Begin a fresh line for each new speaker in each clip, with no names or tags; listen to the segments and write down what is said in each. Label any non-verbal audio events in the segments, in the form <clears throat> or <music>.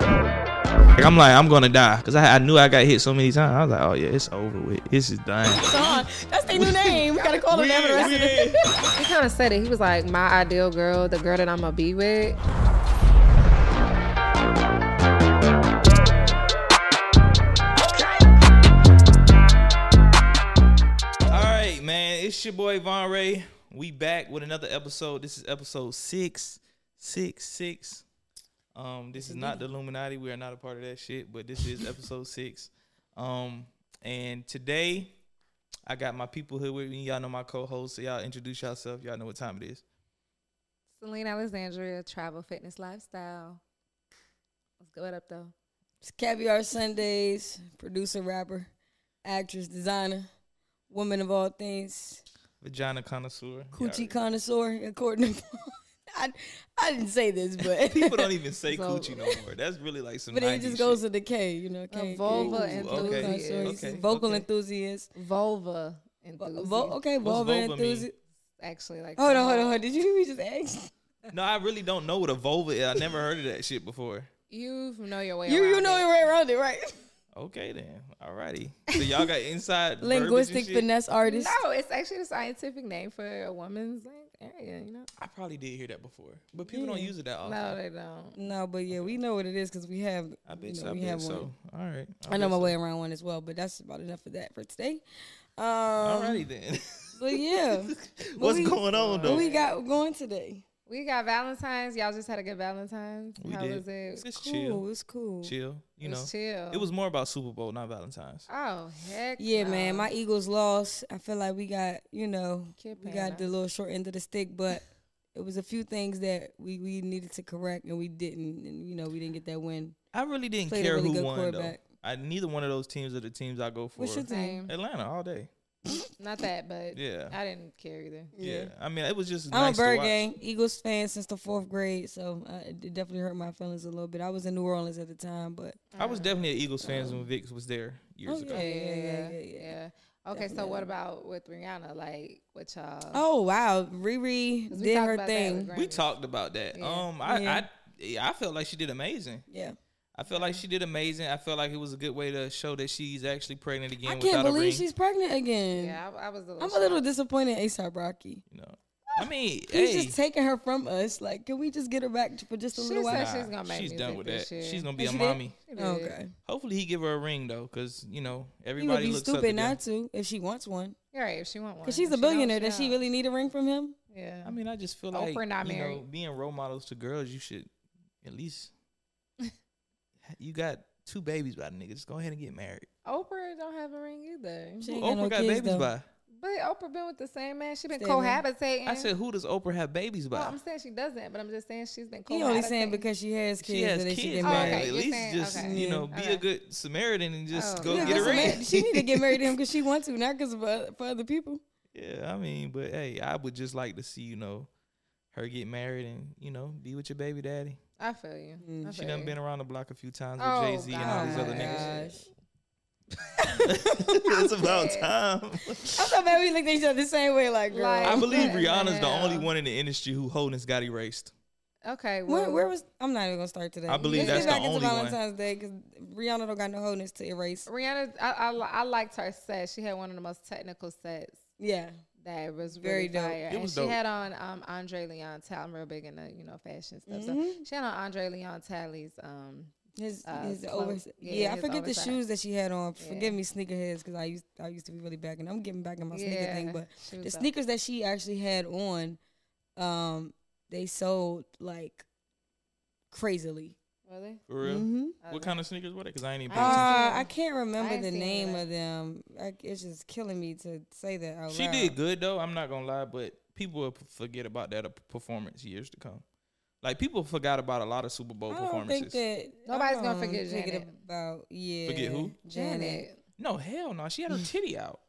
Like, I'm like, I'm gonna die because I, I knew I got hit so many times. I was like, oh yeah, it's over with. This is
<laughs>
done.
Sean, that's
<laughs>
their new name. We gotta call him that for the rest of the
He kind of said it. He was like, my ideal girl, the girl that I'm gonna be with.
All right, man. It's your boy Von Ray. We back with another episode. This is episode six, six, six. Um, this is not the Illuminati. We are not a part of that shit, but this
<laughs>
is episode six. Um, and today I got my people here with me. Y'all know my co-host, so y'all introduce yourself. Y'all know what time it is.
Celine Alexandria, travel, fitness, lifestyle. Let's go it up though.
It's Caviar Sundays, producer, rapper, actress, designer, woman of all things,
Vagina connoisseur.
coochie
connoisseur.
connoisseur, according to. <laughs> I, I didn't say this,
<laughs>
but.
People don't even say
So-
coochie no more. That's really like some.
<laughs> But it
90s
just goes
shit.
to the K, you know. K, K,
vulva
coochie,
enthusiast.
connoisseur,
Okay,
vocal
okay.
enthusiast.
Vulva
Vo-
enthusiast.
vo- okay,
What's
vulva
vulva mean?
enthusiast.
Actually, like
Hold on, hold on,
somehow-
hold on. Did you hear me just ask?
No, I really don't know what a vulva is. I never heard of that shit before.
You know your way.
You you
around
know
it.
it right around it, right?
Okay then. Alrighty. So y'all got
<laughs>
inside
Linguistic
verbiage and shit?
finesse artist.
No, it's actually the scientific name for a woman's like, area. You know?
I probably did hear that before, but people don't
Yeah.
use it that often.
No, they don't.
No, but yeah, we know what it is because we have.
I bet
you know,
so. I
we
bet
have
so.
one.
All right.
I know
bet
my
so.
way around one as well, but that's about enough of that for today. Um,
Alrighty then. <laughs>
But yeah,
What's
we-
going on though?
what we got going today?
We got Valentine's. Y'all just had a good Valentine's.
We
How
did.
was it?
It's
Cool,
chill.
it's cool.
Chill. You
It
know.
was chill.
It was more about Super Bowl, not Valentine's.
Oh heck.
Yeah,
no.
man, my Eagles lost. I feel like we got, you know,
Kid
we got the
Panda.
little short end of the
<laughs>
stick, but it was a few things that we, we needed to correct and we didn't, and you know, we didn't get that win.
I really didn't
Played a
care
really
who
good
won though.
quarterback.
I neither one of those teams are the teams I go for.
What's your team?
Same.
Atlanta all day.
Not that, but
Yeah.
I didn't care either.
Yeah. I mean, it was just
I'm
nice
a
to
Bird
watch.
gang Eagles fan since the fourth grade, so uh, it definitely hurt my feelings a little bit. I was in New Orleans at the time, but
I was definitely an Eagles fan when Vix was there years
Oh,
ago.
yeah, yeah, yeah, yeah, yeah.
Okay, so what about with Rihanna? Like, what y'all?
oh wow, Riri
'cause we
did
talked
her
about that
thing.
with
We
Grammys.
talked about that.
Yeah.
Um, I,
Yeah.
I yeah, I felt like she did amazing.
Yeah,
I felt like she did amazing. I felt like it was a good way to show that she's actually pregnant again.
I
without
can't
a ring.
believe she's pregnant again.
Yeah, I, I was a little.
I'm a little
shocked.
disappointed. ASAP Rocky.
You know, I mean,
He's
hey,
just taking her from us. Like, can we just get her back for just a
She
little
said
while?
she- She's gonna make
she's done
music
with that.
this year.
She's gonna be
And
a
she did?
mommy.
She did.
Okay.
Hopefully, he give her a ring though, because you know
He would
everybody
be
looks up
stupid
to them.
not to if she wants one.
You're right. If she want one,
Because she's
If
a
she don't,
billionaire. Does she
don't.
really need a ring from him?
Yeah.
I mean, I just feel
Oprah
like
not
you know,
married.
being role models to girls, you should at
<laughs>
least you got two babies by the nigga. Just go ahead and get married.
Oprah don't have a ring either.
She
Who
ain't got
Oprah
no
got
kids,
babies
though.
by.
But Oprah been with the same man. She been
Stay with him.
cohabitating.
I said, who does Oprah have babies by?
Well, I'm saying she doesn't, but I'm just saying she's been cohabitating.
He only saying because she has kids.
she has
that they
kids.
should get
Oh,
married.
okay.
At
You're
least
saying-
just
okay.
you
Yeah.
know, be
Okay.
a good Samaritan and just
Oh.
go
Yeah,
get a
that's
that's
a
ring.
<laughs>
man- She need to get married to him because she wants to, not because of uh, for other people.
<laughs> yeah, I mean, but hey, I would just like to see you know her get married and you know be with your baby daddy.
I feel you.
Mm,
I
She
feel
done
you.
been around the block a few times with
Oh,
Jay Z and all these
God.
other niggas.
Gosh.
<laughs>
<laughs> it's about time.
I'm so bad we looked at each other the same way, like, girl.
Like-
I believe
What the
Rihanna's the only
hell?
one in the industry who holdings got erased.
Okay. Well,
where, where was I'm not even gonna start today.
I believe
Let's
that's
get
the
back into
only one.
Valentine's Day because Rihanna don't got no wholeness to erase.
Rihanna? I, I li- I liked her set. She had one of the most technical sets.
Yeah,
that was
Very
really
dope.
fire.
It
and
was
she
dope.
had on um Andre Leon Talley. I'm real big in the you know fashion stuff.
Mm-hmm.
So she had on Andre Leon Talley's um
his
Uh,
his
clothes.
over. Yeah,
Yeah,
I
his
forget the
oversized.
shoes that she had on. Forgive
Yeah.
me, sneakerheads, because I used I used to be really back, and I'm getting back in my sneaker thing.
Yeah,
But
she
the
was dope.
sneakers that she actually had on, um, they sold like crazily.
really
For real?
hmm
What kind of sneakers were they? Because I ain't even paying attention.
Uh,
seen
I
them.
can't remember
ain't
the
seen
name
that.
of them. I, it's just killing me to say that out
She
loud.
did good though. I'm not gonna lie, but people will forget about that uh, performance years to come. Like people forgot about a lot of Super Bowl
I don't
performances.
think that I
Nobody's gonna
don't
forget
think it
Janet.
About yeah,
Forget who?
Janet.
Janet.
No, hell no. She had her titty
<laughs>
out.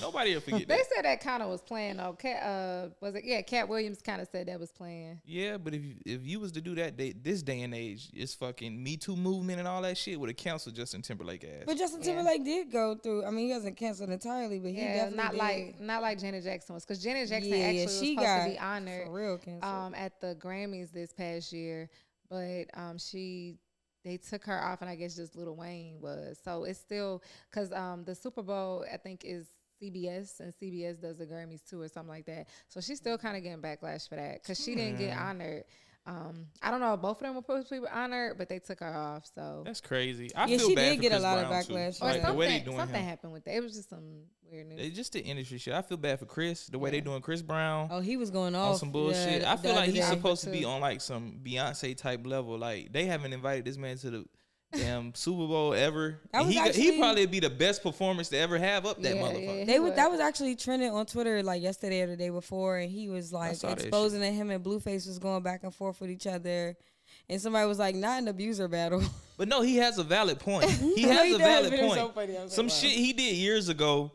Nobody will forget
They
that.
said that kind of was playing though. Cat, uh, was it? Yeah, Cat Williams kind of said that was playing.
Yeah, but if you, if you was to do that day, this day and age, it's fucking Me Too movement and all that shit would have canceled Justin Timberlake ass.
But Justin Timberlake did go through. I mean, he wasn't canceled entirely, but he
Yeah,
definitely
not
did.
like not like Janet Jackson was, because Janet Jackson
yeah, yeah,
actually was
she
supposed
got
to be honored
for real canceled.
um, at the Grammys this past year, but um, she they took her off, and I guess just Little Wayne was. So it's still because um, the Super Bowl I think is CBS, and CBS does the Grammys too, or something like that. So she's still kind of getting backlash for that because she didn't get honored. Um, I don't know. if Both of them were supposed to be honored, but they took her off. So
That's crazy. I
Yeah,
feel
she
bad
did
for
get a
Chris
lot of
Brown, too.
backlash for
or
Like,
the way they
something,
doing
something
him.
happened with that. It was just some weird news.
It's just the industry shit. I feel bad for Chris. The way they doing Chris Brown.
oh, he was going off
on some bullshit.
yeah,
I
the
feel
other
like he's
day.
supposed to be
too.
on like some Beyonce type level. Like they haven't invited this man to the
<laughs>
damn Super Bowl ever.
That
And
was
He got- he
actually-
probably be the best performance to ever have up that
Yeah,
motherfucker.
yeah.
They
He
would,
was.
that was actually trending on Twitter like yesterday or the day before, and he was like
saw that shit.
exposing that him and Blueface was going back and forth with each other, and somebody was like, "Not an abuser battle." <laughs>
But no, he has a valid point. He
No,
has
he
a
does,
valid
but it was
point.
so funny. I was like,
Some
wow.
shit he did years ago,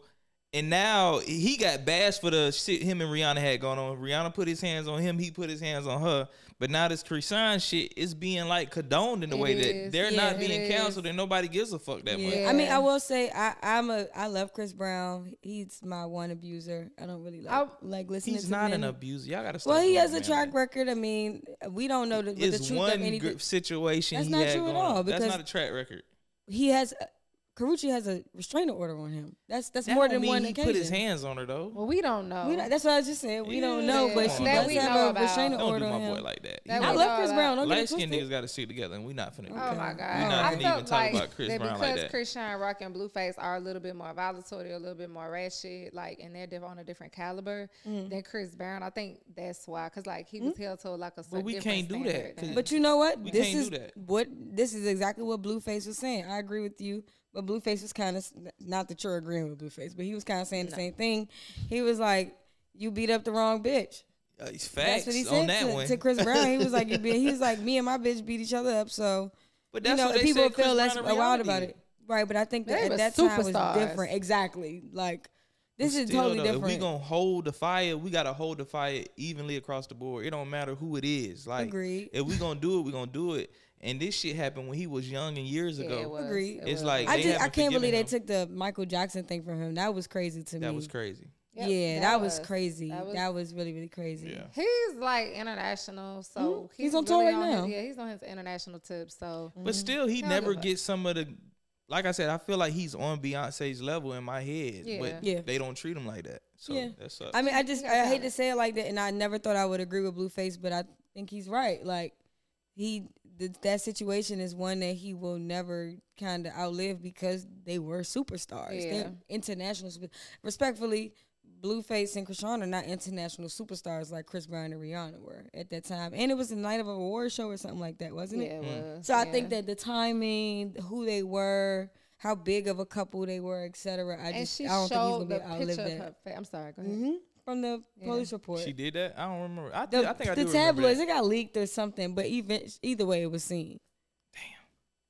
and now he got bashed for the shit him and Rihanna had going on. Rihanna put his hands on him, he put his hands on her. But now this Chrisan shit is being like condoned in a
It
way that
is.
they're
Yeah,
not
it
being
is.
counseled and nobody gives a fuck that much.
I mean, I
Yeah.
will say I, I'm a I love Chris Brown. He's my one abuser. I don't really like
I-
like listening.
He's
to
not an
him.
abuser. Y'all gotta stop.
Well, he
doing
has a
that, man.
track record. I mean, we don't know the, what the
It's
truth of
one
anything.
gr- situation
That's
he
not
had
true at
going on.
all,
That's
because-
not a track record.
He has Karuchi has a restraining order on him. That's that's
That
more
don't
than
mean
one
he
occasion.
put his hands on her though.
well, we don't know.
We don't- that's what I was just saying. We don't
Yeah,
know, but
come
she
on,
does
man.
have
That we know
a
about.
restraining
Don't do
order on
my boy
him.
like that.
That
I
we
love
know
Chris
about.
Brown. Don't get
Light
it
skinned
twisted.
niggas got to stick together, and we not finna. Uh, do
Oh
that.
my
Okay.
god!
All
not
I
finna
felt
even talk
like
about Chris
that
Brown like
because
that.
Christian Rock and Blueface are a little bit more volatile, they're a little bit more ratchet, like, and they're diff- on a different caliber
Mm-hmm.
than Chris Brown. I think that's why, because like he was held to like a certain.
we can't
different
do that,
standard than-
'cause-
But you know what?
We
this
can't
is
do that.
what this is exactly what Blueface was saying. I agree with you, but Blueface was kind of not that you're agreeing with Blueface, but he was kind of saying the same thing. He was like, "You beat up the wrong bitch."
Uh, it's facts
That's what he
on
said
that
to,
one.
to Chris Brown. He was
<laughs>
like, "You beat." He was like, "Me and my bitch beat each other up." So
but
you
that's
know,
what they
people
said Chris
feel less
Brown and
wild
Rihanna
about
did.
it, right? But I think
They
that
were
at that time was
superstars.
different. Exactly. Like this is
Still,
totally
though,
different.
If we gonna hold the fire, we gotta hold the fire evenly across the board. It don't matter who it is. Like,
Agreed.
if we gonna do it, we gonna do it. And this shit happened when he was young and years
Yeah,
ago.
it was.
Agreed.
It
It's
was.
like-
I
they
just I
haven't
can't
forgiven
believe they
him.
took the Michael Jackson thing from him. That was crazy to me.
That was crazy.
Yep,
yeah, that, was, crazy. That
that
was,
was-
really really crazy.
Yeah.
He's like international, so
Mhm.
he's,
He's on tour
really
right
his-
now. Mm-hmm.
yeah, he's on his international tip. So
But still, he
Hell
never
no.
gets some of the. Like I said, I feel like he's on Beyonce's level in my head,
Yeah.
but
Yeah.
they don't treat him like that. So
Yeah.
that sucks.
I mean, I just I
got
hate
it.
to say it like that, and I never thought I would agree with Blueface, but I think he's right. Like he th- that situation is one that he will never kind of outlive because they were superstars.
Yeah.
They're international. super- Respectfully, Blueface and Krishan are not international superstars like Chris Brown and Rihanna were at that time, and it was the night of a award show or something like that, wasn't it?
yeah, it was.
Mm-hmm.
So I
yeah.
think that the timing, who they were, how big of a couple they were, et cetera. I
and
just
she
I don't think he's gonna
showed
be
the
able to outlive
picture of
that.
her face. I'm sorry, go ahead.
hmm From the police report,
she did that. I don't remember. I,
the,
did, I think I
the
do
tabloids
remember
it got leaked or something, but even either way, it was seen.
that.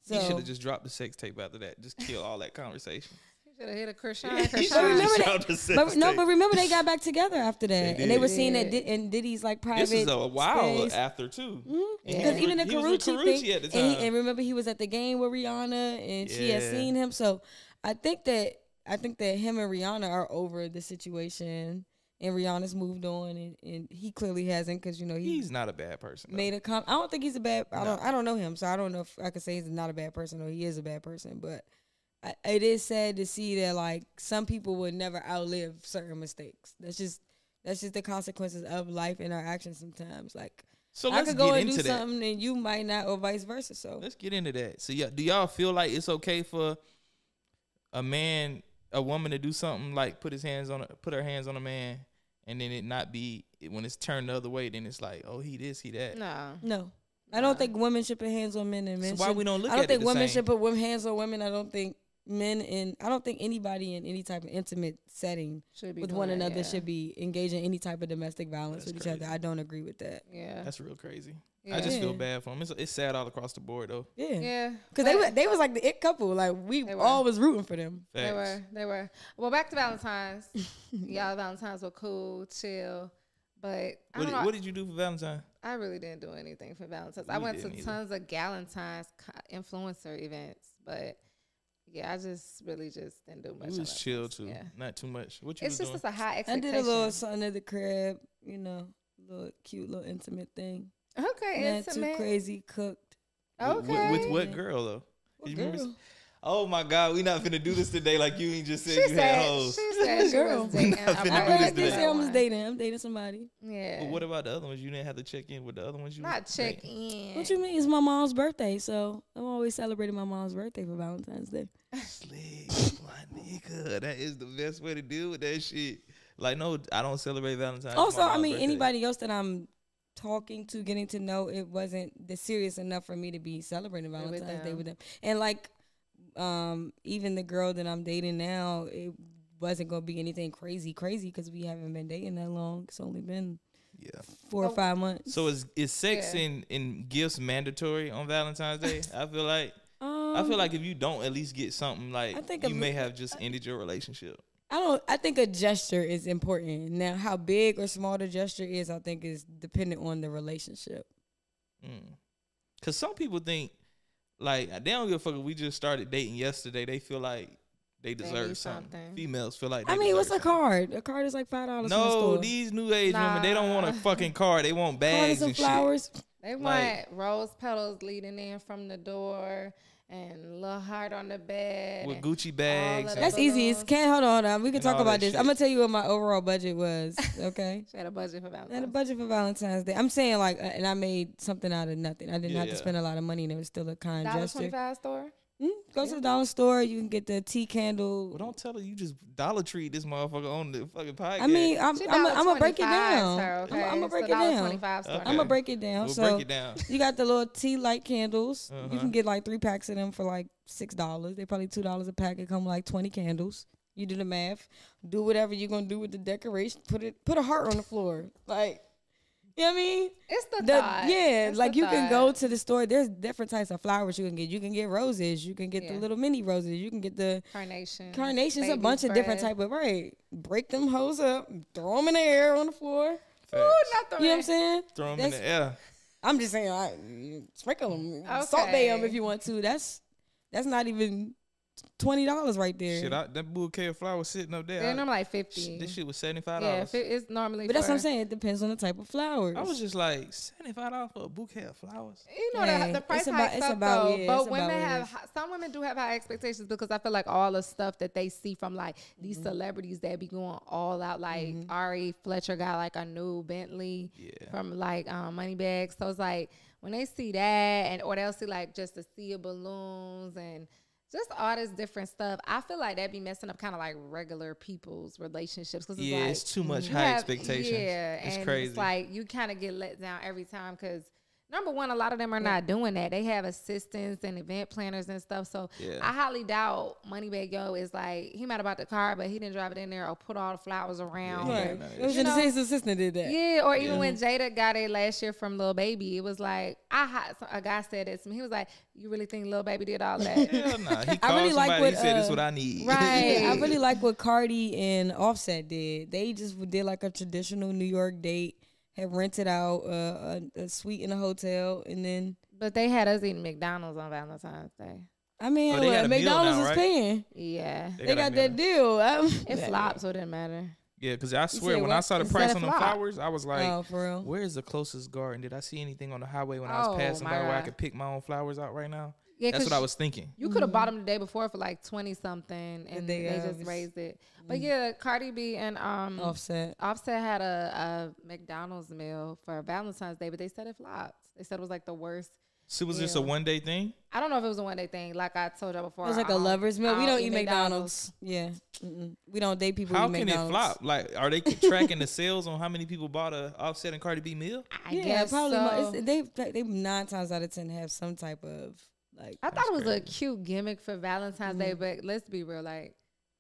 Damn.
he
So
should have just dropped the sex tape after that. Just kill all that conversation.
You should have hit a Krishan.
He shoulda
But
Krishan.
remember
just
that-
dropped the sex
but no,
tape.
but remember they got back together after that, and they
did.
were seen at
Yeah.
Did- in Diddy's like private.
this is a while
space. Mm-hmm.
after too. And he
Because
was
even the
with- he was with
Carucci
Carucci
thing,
at the
And,
time.
he, and remember he was at the game with Rihanna, and she had
Yeah.
seen him. So I think that I think that him and Rihanna are over the situation, and Rihanna's moved on, and, and he clearly hasn't because you know he
He's not a bad person. though.
made a comment. I don't think he's a bad. I don't.
No.
I don't know him, so I don't know if I could say he's not a bad person or he is a bad person. But I, it is sad to see that like some people will never outlive certain mistakes. That's just that's just the consequences of life and our actions sometimes. Like
So
I
let's
could go
get
and do
into that.
something and you might not, or vice versa. So
Let's get into that. So yeah, do y'all feel like it's okay for a man, a woman to do something like put his hands on, a, put her hands on a man, and then it not be when it's turned the other way, then it's like, oh, he this, he that.
No.
no, I don't think women should put hands on men and
So
men.
why
should-
we don't look
I don't
at it
think
the
women
same?
should put women hands on women. I don't think men in I don't think anybody in any type of intimate setting
Should be
with
doing
one
that,
another
yeah.
should be engaging any type of domestic violence
That's
with each
crazy.
other. I don't agree with that.
Yeah.
That's real crazy.
yeah.
I just feel
Yeah.
bad for him. It's, it's sad all across the board though.
Yeah.
yeah.
Cause they
but-
were, they was like the it couple. Like we
They were.
all was rooting for them.
Facts.
They were. They were. Well, back to Valentine's. Y'all Valentine's were cool, chill. But I,
What
don't
did,
know,
what did you do for Valentine?
I really didn't do anything for Valentine's. I
We
went to
didn't either.
tons of Galentine's co- influencer events, but yeah, I just really just didn't do much.
You
on
was
that.
chill too.
Yeah.
Not too much. What you
It's
was
just
doing?
it's a high
I
expectation.
did a little something at the crib, you know, little cute little intimate thing.
Okay,
Not too
intimate.
crazy cooked.
With-
Okay.
with- With, what girl though?
What
You remember-
girl?
Oh my God, we not finna do this today. Like you ain't just said
she
you had
said,
hoes.
she said she
Girl.
<laughs>
was dating.
Not finna do
a
this
I feel
Right.
regular
like they say I'm just
one.
dating. I'm dating somebody.
Yeah.
But what about the other ones? You didn't have to check in with the other ones. You
Eh. Not
was
check
dating?
in.
What you mean? It's my mom's birthday, so I'm always celebrating my mom's birthday for Valentine's Day.
Slick, my nigga. That is the best way to deal with that shit. Like no, I don't celebrate Valentine's. It's
also,
my
I
mom's
mean,
birthday.
anybody else that I'm talking to, getting to know, it wasn't the serious enough for me to be celebrating
Be with
Valentine's Day
them.
with them. And like, um, even the girl that I'm dating now, it wasn't gonna be anything crazy, crazy because we haven't been dating that long. It's only been
Yeah.
four or
So-
five months.
So is is sex
Yeah.
and, and gifts mandatory on Valentine's
<laughs>
Day? I feel like
Um,
I feel like if you don't at least get something, like
I think
you
a
may
mi-
have just ended your relationship.
I don't. I think a gesture is important. Now, how big or small the gesture is, I think is dependent on the relationship.
Mm. Cause some people think like they don't give a fuck if we just started dating yesterday. They feel like they
They
deserve
need
something.
something.
Females feel like they
I mean, what's a
deserve something.
card? A card is like five dollars. in the
No,
store.
these new age women they don't want a
Nah.
fucking car. They want bags
Cars
and
and flowers.
They
Like-
want rose petals leading in from the door and little heart on the bed.
shit with
and-
Gucci bags.
of
and-
That's easy. It's can't hold on. Hold on. We can
And
talk
all that
about this.
shit.
I'm gonna tell you what my overall budget was. Okay.
She had a budget for Valentine's.
And the budget for Valentine's Day. I'm saying like, uh, and I made something out of nothing. I didn't
Yeah,
have to
yeah.
spend a lot of money, and it was still a kind
Dollar
gesture.
twenty five store.
Mm, go to the dollar store. You can get the tea candle.
Well, don't tell her you just Dollar Tree this motherfucker on the fucking podcast.
I mean, I'm
She
I'm
dollar
gonna break it
25
down.
Her, okay?
I'm gonna
It's
break
a
it
dollar
down.
Twenty five store.
Okay.
I'm gonna break it down.
we'll
so
break it
<laughs>
down.
you got the little tea light candles. You
Uh-huh.
can get like three packs of them for like six dollars. They probably two dollars a pack. It come with, like twenty candles. You do the math. Do whatever you're gonna do with the decoration. Put it. Put a heart on the floor. Like, you know what I mean?
It's the,
The-
thought.
yeah,
It's
like
the
you can go
thought.
to the store. There's different types of flowers you can get. You can get roses. You can get
Yeah.
the little mini roses. You can get the
carnation.
carnations. A
baby
bunch of different
breath.
type of right. Break them hoes up. Throw them in the air on the floor.
Facts.
Not the
You know what I'm
red.
saying?
Throw them in
That's-
the air.
I'm just saying, I, sprinkle them, salt bay them if you want to. That's that's not even twenty dollars right there.
Shit, I, that bouquet of flowers sitting up there.
Then
I-
I'm like
sh-
fifty.
this shit was seventy five
yeah,
dollars.
if it- it's normally.
but that's what I'm
for-
saying. It depends on the type of flowers.
I was just like seventy five dollars for a bouquet of flowers.
<laughs>
You know
Yeah,
the, the
it's
price
about-
hikes
it's
up
about-
though,
yeah, it's
but
about
women
what it
have
is.
hi- some women do have high expectations because I feel like all the stuff that they see from like these
Mm-hmm.
celebrities that be going all out, like Ari Fletcher got like a new Bentley
Yeah.
from like um, Moneybag. So it's like when they see that, and or they'll see like just the sea of balloons and just all this different stuff. I feel like that be messing up kind of like regular people's relationships because
Yeah,
like,
it's too much
you
high
have-
expectations.
Yeah,
it's
and
crazy.
It's like you kind of get let down every time because number one, a lot of them are not doing that. They have assistants and event planners and stuff. So
Yeah.
I highly doubt Moneybag Yo is like he might have bought the car, but he didn't drive it in there or put all the flowers around.
Yeah,
or-
yeah,
right.
no,
It was
you
an
know-
assistant assistant did that.
yeah, or even
Yeah.
when Jada got it last year from Lil Baby, it was like I had a guy said this to me. He was like, "You really think Lil Baby did all
<laughs>
that?"
Hell nah. He called
really like
somebody.
what,
he said, "This
uh,
what I need."
right.
<laughs>
Yeah, I really like what Cardi and Offset did. They just did like a traditional New York date. Had rented out uh, a, a suite in a hotel, and then
but they had us eating McDonald's on Valentine's Day.
I mean,
Oh, they got
what,
a meal
McDonald's
now,
is
right?
paying.
Yeah,
They got
They, got,
a
that deal. <laughs> I'm-
it flopped, so it didn't matter.
yeah, because I swear
said
when I
what?
saw the
Instead
price
of
on the
flop.
flowers, I was like,
oh, for real.
"Where is the closest garden? Did I see anything on the highway when I
Oh,
was passing
my
by where I
God.
could pick my own flowers out right now?"
Yeah,
That's
'cause
what I was thinking.
You could have bought them the day before for like twenty something, and
Mm-hmm. day
they,
of,
just
it's- mm. Oh.
raised it. But yeah, Cardi B and um
Offset.
Offset had a, a McDonald's meal for Valentine's Day, but they said it flopped. They said it was like the worst.
So it was just a one day thing.
I don't know if it was a one day thing. Like I told y'all before, um,
It was like
I
a
don't-
lover's
I
meal. We
don't
don't eat McDonald's. Yeah. Mm-mm. We don't date people
How
who eat
can it flop?
McDonald's.
Like, are they tracking the sales on how many people bought a Offset and Cardi B meal?
I
Yeah,
guess
probably.
so.
mo- it's- they they nine times out of ten have some type of Like
I thought
That's
it was a
crazy.
cute gimmick for Valentine's
Mm-hmm.
Day, but let's be real, like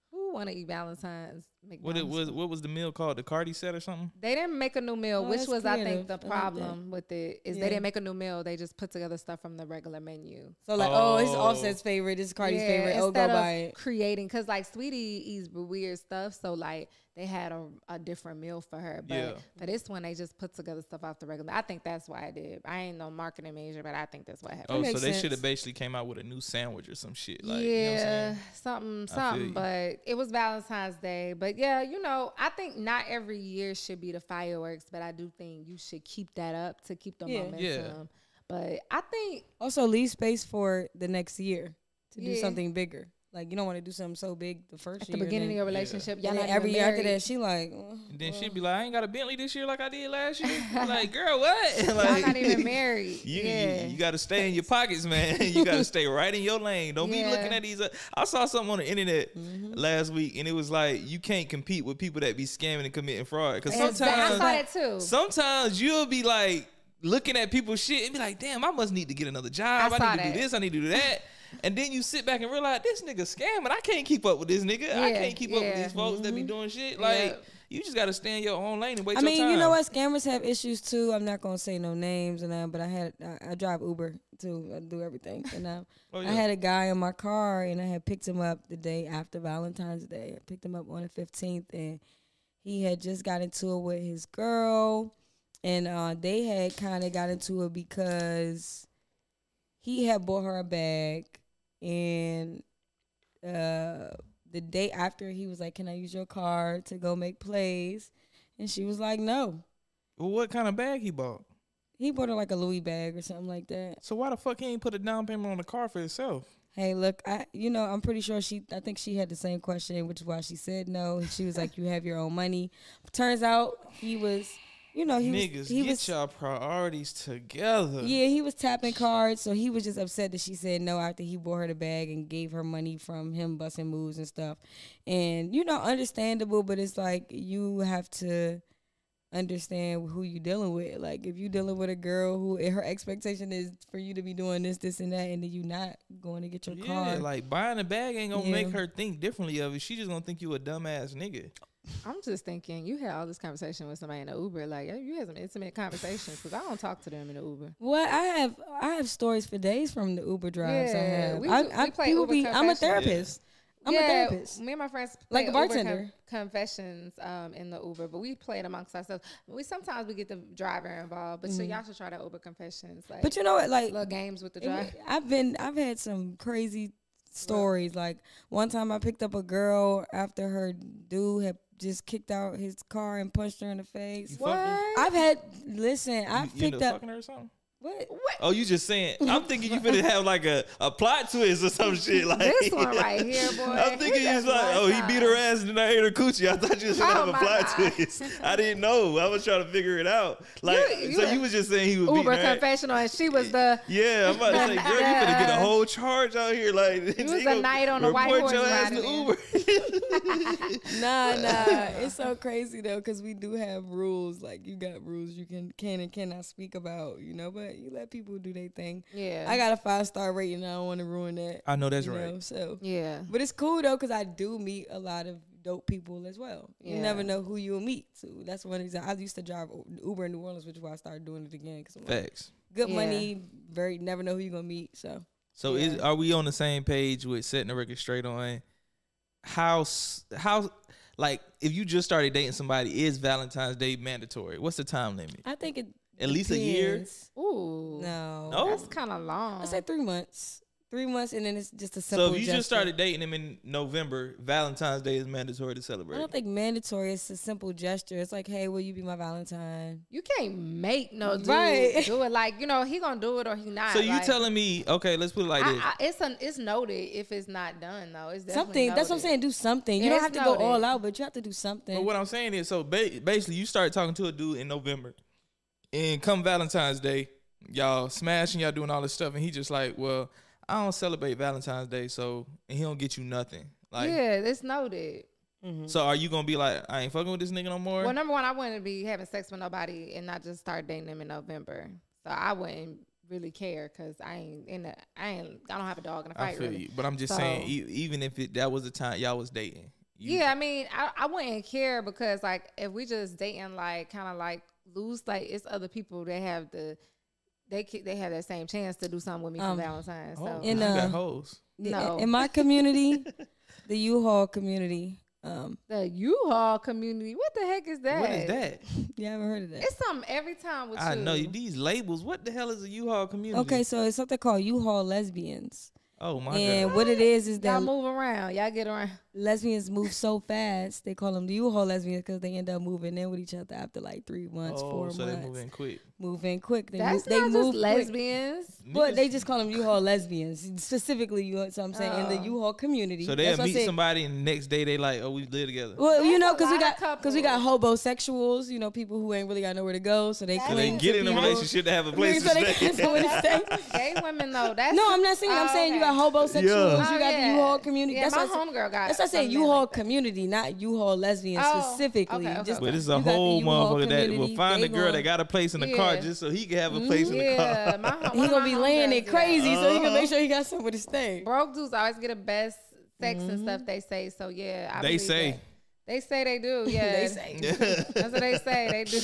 who want to eat Valentine's?
What it
McDonald's
was? What was the meal called? The Cardi set or something?
They didn't make a new meal,
Oh,
which
that's
was I
creative.
think the
I like that.
problem with it is
Yeah.
they didn't make a new meal. They just put together stuff from the regular menu.
so like oh, it's
Oh.
Offset's favorite, it's Cardi's
Yeah, uh,
favorite. Oh, go
instead of
buy it.
creating because like Sweetie eats weird stuff, so like they had a, a different meal for her. But
Yeah.
for this one, they just put together stuff off the regular. I think that's why I did. I ain't no marketing major, but I think that's what happened.
Oh, so
makes
they should
sense.
have basically came out with a new sandwich or some shit. Like,
yeah,
you know what I'm saying?
something,
I feel
something.
you.
But it was Valentine's Day. But yeah, you know, I think not every year should be the fireworks, but I do think you should keep that up to keep the
Yeah.
momentum.
Yeah.
But I think
Also leave space for the next year to do
Yeah.
something bigger. Like you don't want to do something so big the first
at the
year.
beginning of
then-
your relationship, y'all
and
not
then every
even
year after
married.
that, she like, "Mm,
And then she'd be like, I ain't got a Bentley this year like I did last year.
<laughs>
like, girl, what? <laughs> like,
y'all
<laughs>
not even married.
You, you-
yeah.
you, got to stay in your pockets, man. <laughs> you got to stay right in your lane. Don't be
Yeah. Mm-hmm.
looking at these. Uh, I saw something on the internet last week, and it was like you can't compete with people that be scamming and committing fraud. Because
That's- I saw
sometimes,
that too.
sometimes you'll be like looking at people's shit and be like, "Damn, I must need to get another job.
I
I, need
saw
to
that.
do this. I need to do
<laughs>
that." and then you sit back and realize this nigga scamming. I can't keep up with this nigga. I
Yeah,
can't keep up with
yeah. Mm-hmm.
these folks that be doing shit. Like
Yep.
you just got to stay in your own lane and wait.
I
your
mean,
time.
you know what? Scammers have issues too. I'm not gonna say no names and that, but I had I, I drive Uber too. I do everything, and I,
<laughs> Oh,
I
yeah.
had a guy in my car, and I had picked him up the day after Valentine's Day. I picked him up on the 15th, and he had just got into it with his girl, and uh, they had kind of got into it because he had bought her a bag, and uh, the day after he was like, "Can I use your car to go make plays?" And she was like, "No."
Well, what kind of bag he bought?
He bought her like a Louis bag or something like that.
So why the fuck he ain't put a down payment on the car for himself?
Hey, look, I you know I'm pretty sure she. I think she had the same question, which is why she said no. And she was like, "You have your own money." Turns out he was, you know, he
Niggas,
was he
get
was
y'all priorities together.
yeah he was tapping cards, so he was just upset that she said no after he bought her the bag and gave her money from him busting moves and stuff. And you know, understandable, but it's like you have to understand who you dealing with. Like if you dealing with a girl who her expectation is for you to be doing this, this, and that, and then you not going to get your
Yeah,
car.
like buying a bag ain't gonna make
Yeah.
her think differently of it. She just gonna think you a dumbass nigga.
I'm just thinking, you had all this conversation with somebody in the Uber. Like, yo, you had some intimate conversations because I don't talk to them in the Uber.
Well, I have I have stories for days from the Uber drives I
Yeah,
have.
we
I,
do-
I,
we play
people
Uber
be- I'm a
confession. Yeah.
therapist. I'm a therapist.
Me and my friends
Like
play
a
Uber
bartender.
confessions um, in the Uber, but we play it amongst ourselves. We sometimes we get the driver involved, but so y'all should try that Uber confessions, like
Mm-hmm. But you know what? Like
little games with the
it wa-
driver.
I've been I've had some crazy stories. Like one time I picked up a girl after her dude had just kicked out his car and punched her in the face.
Fuck her.
I've had listen. I've
you, you end
picked
up
up
fucking her or something. <laughs>
what?
Oh, you just saying? I'm thinking
<laughs>
you finna have like a, a plot twist or some shit. Like
This one right here, boy.
<laughs> I'm thinking
Hit
he's
that
like,
one
oh, he
time.
beat her ass and then I ate her coochie. I thought you was gonna
Oh,
have a
my
plot
God.
twist. I didn't know. I was trying to figure it out. Like,
You-
so
you-
you was just saying he was beating
Uber
her ass.
confessional, and she was the
Yeah, I'm about to say, girl, you finna get a
Yeah.
whole charge out here. Like, <laughs> it
was a knight on a white horse riding <laughs>
Nah, nah. it's so crazy though, cause we do have rules. Like you got rules you can can and cannot speak about. You know, but you let people do their thing.
yeah.
I got a five star rating. I don't want to ruin that.
I know that's
you
right.
know, so,
yeah.
but it's cool though because I do meet a lot of dope people as well. You
Yeah.
never know who you'll meet. So that's one reason I used to drive U- Uber in New Orleans, which is why I started doing it again. Cause I'm like,
Facts.
good
Yeah.
money, very never know who you're gonna meet. So
So is are we on the same page with setting the record straight on how s- how like if you just started dating somebody is Valentine's Day mandatory? What's the time limit?
I think it
At least a year.
depends.
Ooh.
No,
No?
That's kind of long.
I said three months. Three months, and then it's just a simple.
So if you
gesture.
just started dating him in November, Valentine's Day is mandatory to
I
celebrate.
don't think mandatory. It's a simple gesture. It's like, hey, will you be my Valentine?
You can't make no dude
Right.
do it. Like you know, he gonna do it or he not.
so you
like,
telling me, okay, let's put it like this.
I, I, it's an it's noted if it's not done though. It's definitely
something. That's what I'm
noted.
saying. Do something. You
It
don't
is
have to
noted.
go all out, but you have to do something.
But what I'm saying is, so ba- basically, you start talking to a dude in November, and come Valentine's Day, y'all smashing, y'all doing all this stuff, and he just like, well, I don't celebrate Valentine's Day, so and he don't get you nothing. Like,
yeah, it's noted.
Mm-hmm.
so are you gonna be like, I ain't fucking with this nigga no more?
Well, number one, I wouldn't be having sex with nobody and not just start dating them in November. So I wouldn't really care because I ain't in the I ain't I don't have a dog in a
I
fight
feel
really.
you, but I'm just saying,
So-
e- even if it, that was the time y'all was dating, you,
Yeah, I mean I, I wouldn't care because like if we just dating like kind of like loose like it's other people that have the they ca- they have that same chance to do something with me
Um,
for Valentine's.
oh,
So uh,
you
In
got
a-
hoes.
The-
No.
In my
<laughs>
community, the U-Haul community. Um,
the U-Haul community, what the heck is that?
What is that?
you haven't heard of that?
It's something every time with
I
you.
know these labels. What the hell is a U-Haul community?
Okay, so it's something called U-Haul lesbians,
Oh my
and
god.
what it is is
Y'all
that
move around. Y'all get around.
lesbians move so fast. They call them the U-Haul lesbians because they end up moving in with each other after like three months,
oh,
four
so they
months.
moving quick.
moving quick. They
That's
move, they
not
move
just
quick.
lesbians.
But they
Niggas-
just call them U-Haul lesbians, specifically. You know what I'm saying in
Oh.
the U-Haul community.
so they'll
That's what I
meet
said.
somebody, and the next day they like, oh, we live together.
Well, you
That's
know,
a
because we
lot of
got because we got homosexuals. You know, people who ain't really got nowhere to go, so they
That's
So
cling
they
to
get in a
people.
relationship to have a place
so
to
they
stay.
get somewhere to stay.
Gay women though. That's
<laughs> No, I'm not saying. I'm
Oh,
saying you
okay.
got homosexuals.
Yeah.
You got
Oh, yeah.
the U-Haul community.
Yeah,
that's
my
what I said-
homegirl got
That's what I said
some men
U-Haul
like that.
community, not U-Haul lesbians
Oh,
specifically.
okay, okay,
Just
But it's a
you got the
whole
U-Haul
motherfucker that will
community,
find
they Mm-hmm.
a girl
gon-
that got a place in the car
Yeah.
just so he can have a place in the car.
Yeah, my hom-
He
one of
gonna
my
be laying
homegirls
it
do that.
crazy, so he can
Uh-huh.
make sure he got somewhere to stay.
Broke dudes always get the best sex
Mm-hmm.
and stuff. They say so. Yeah, I
They
believe
say.
that. They say they do.
<laughs> <laughs>
Yeah,
They say.
That's what they say. They
<laughs>
do.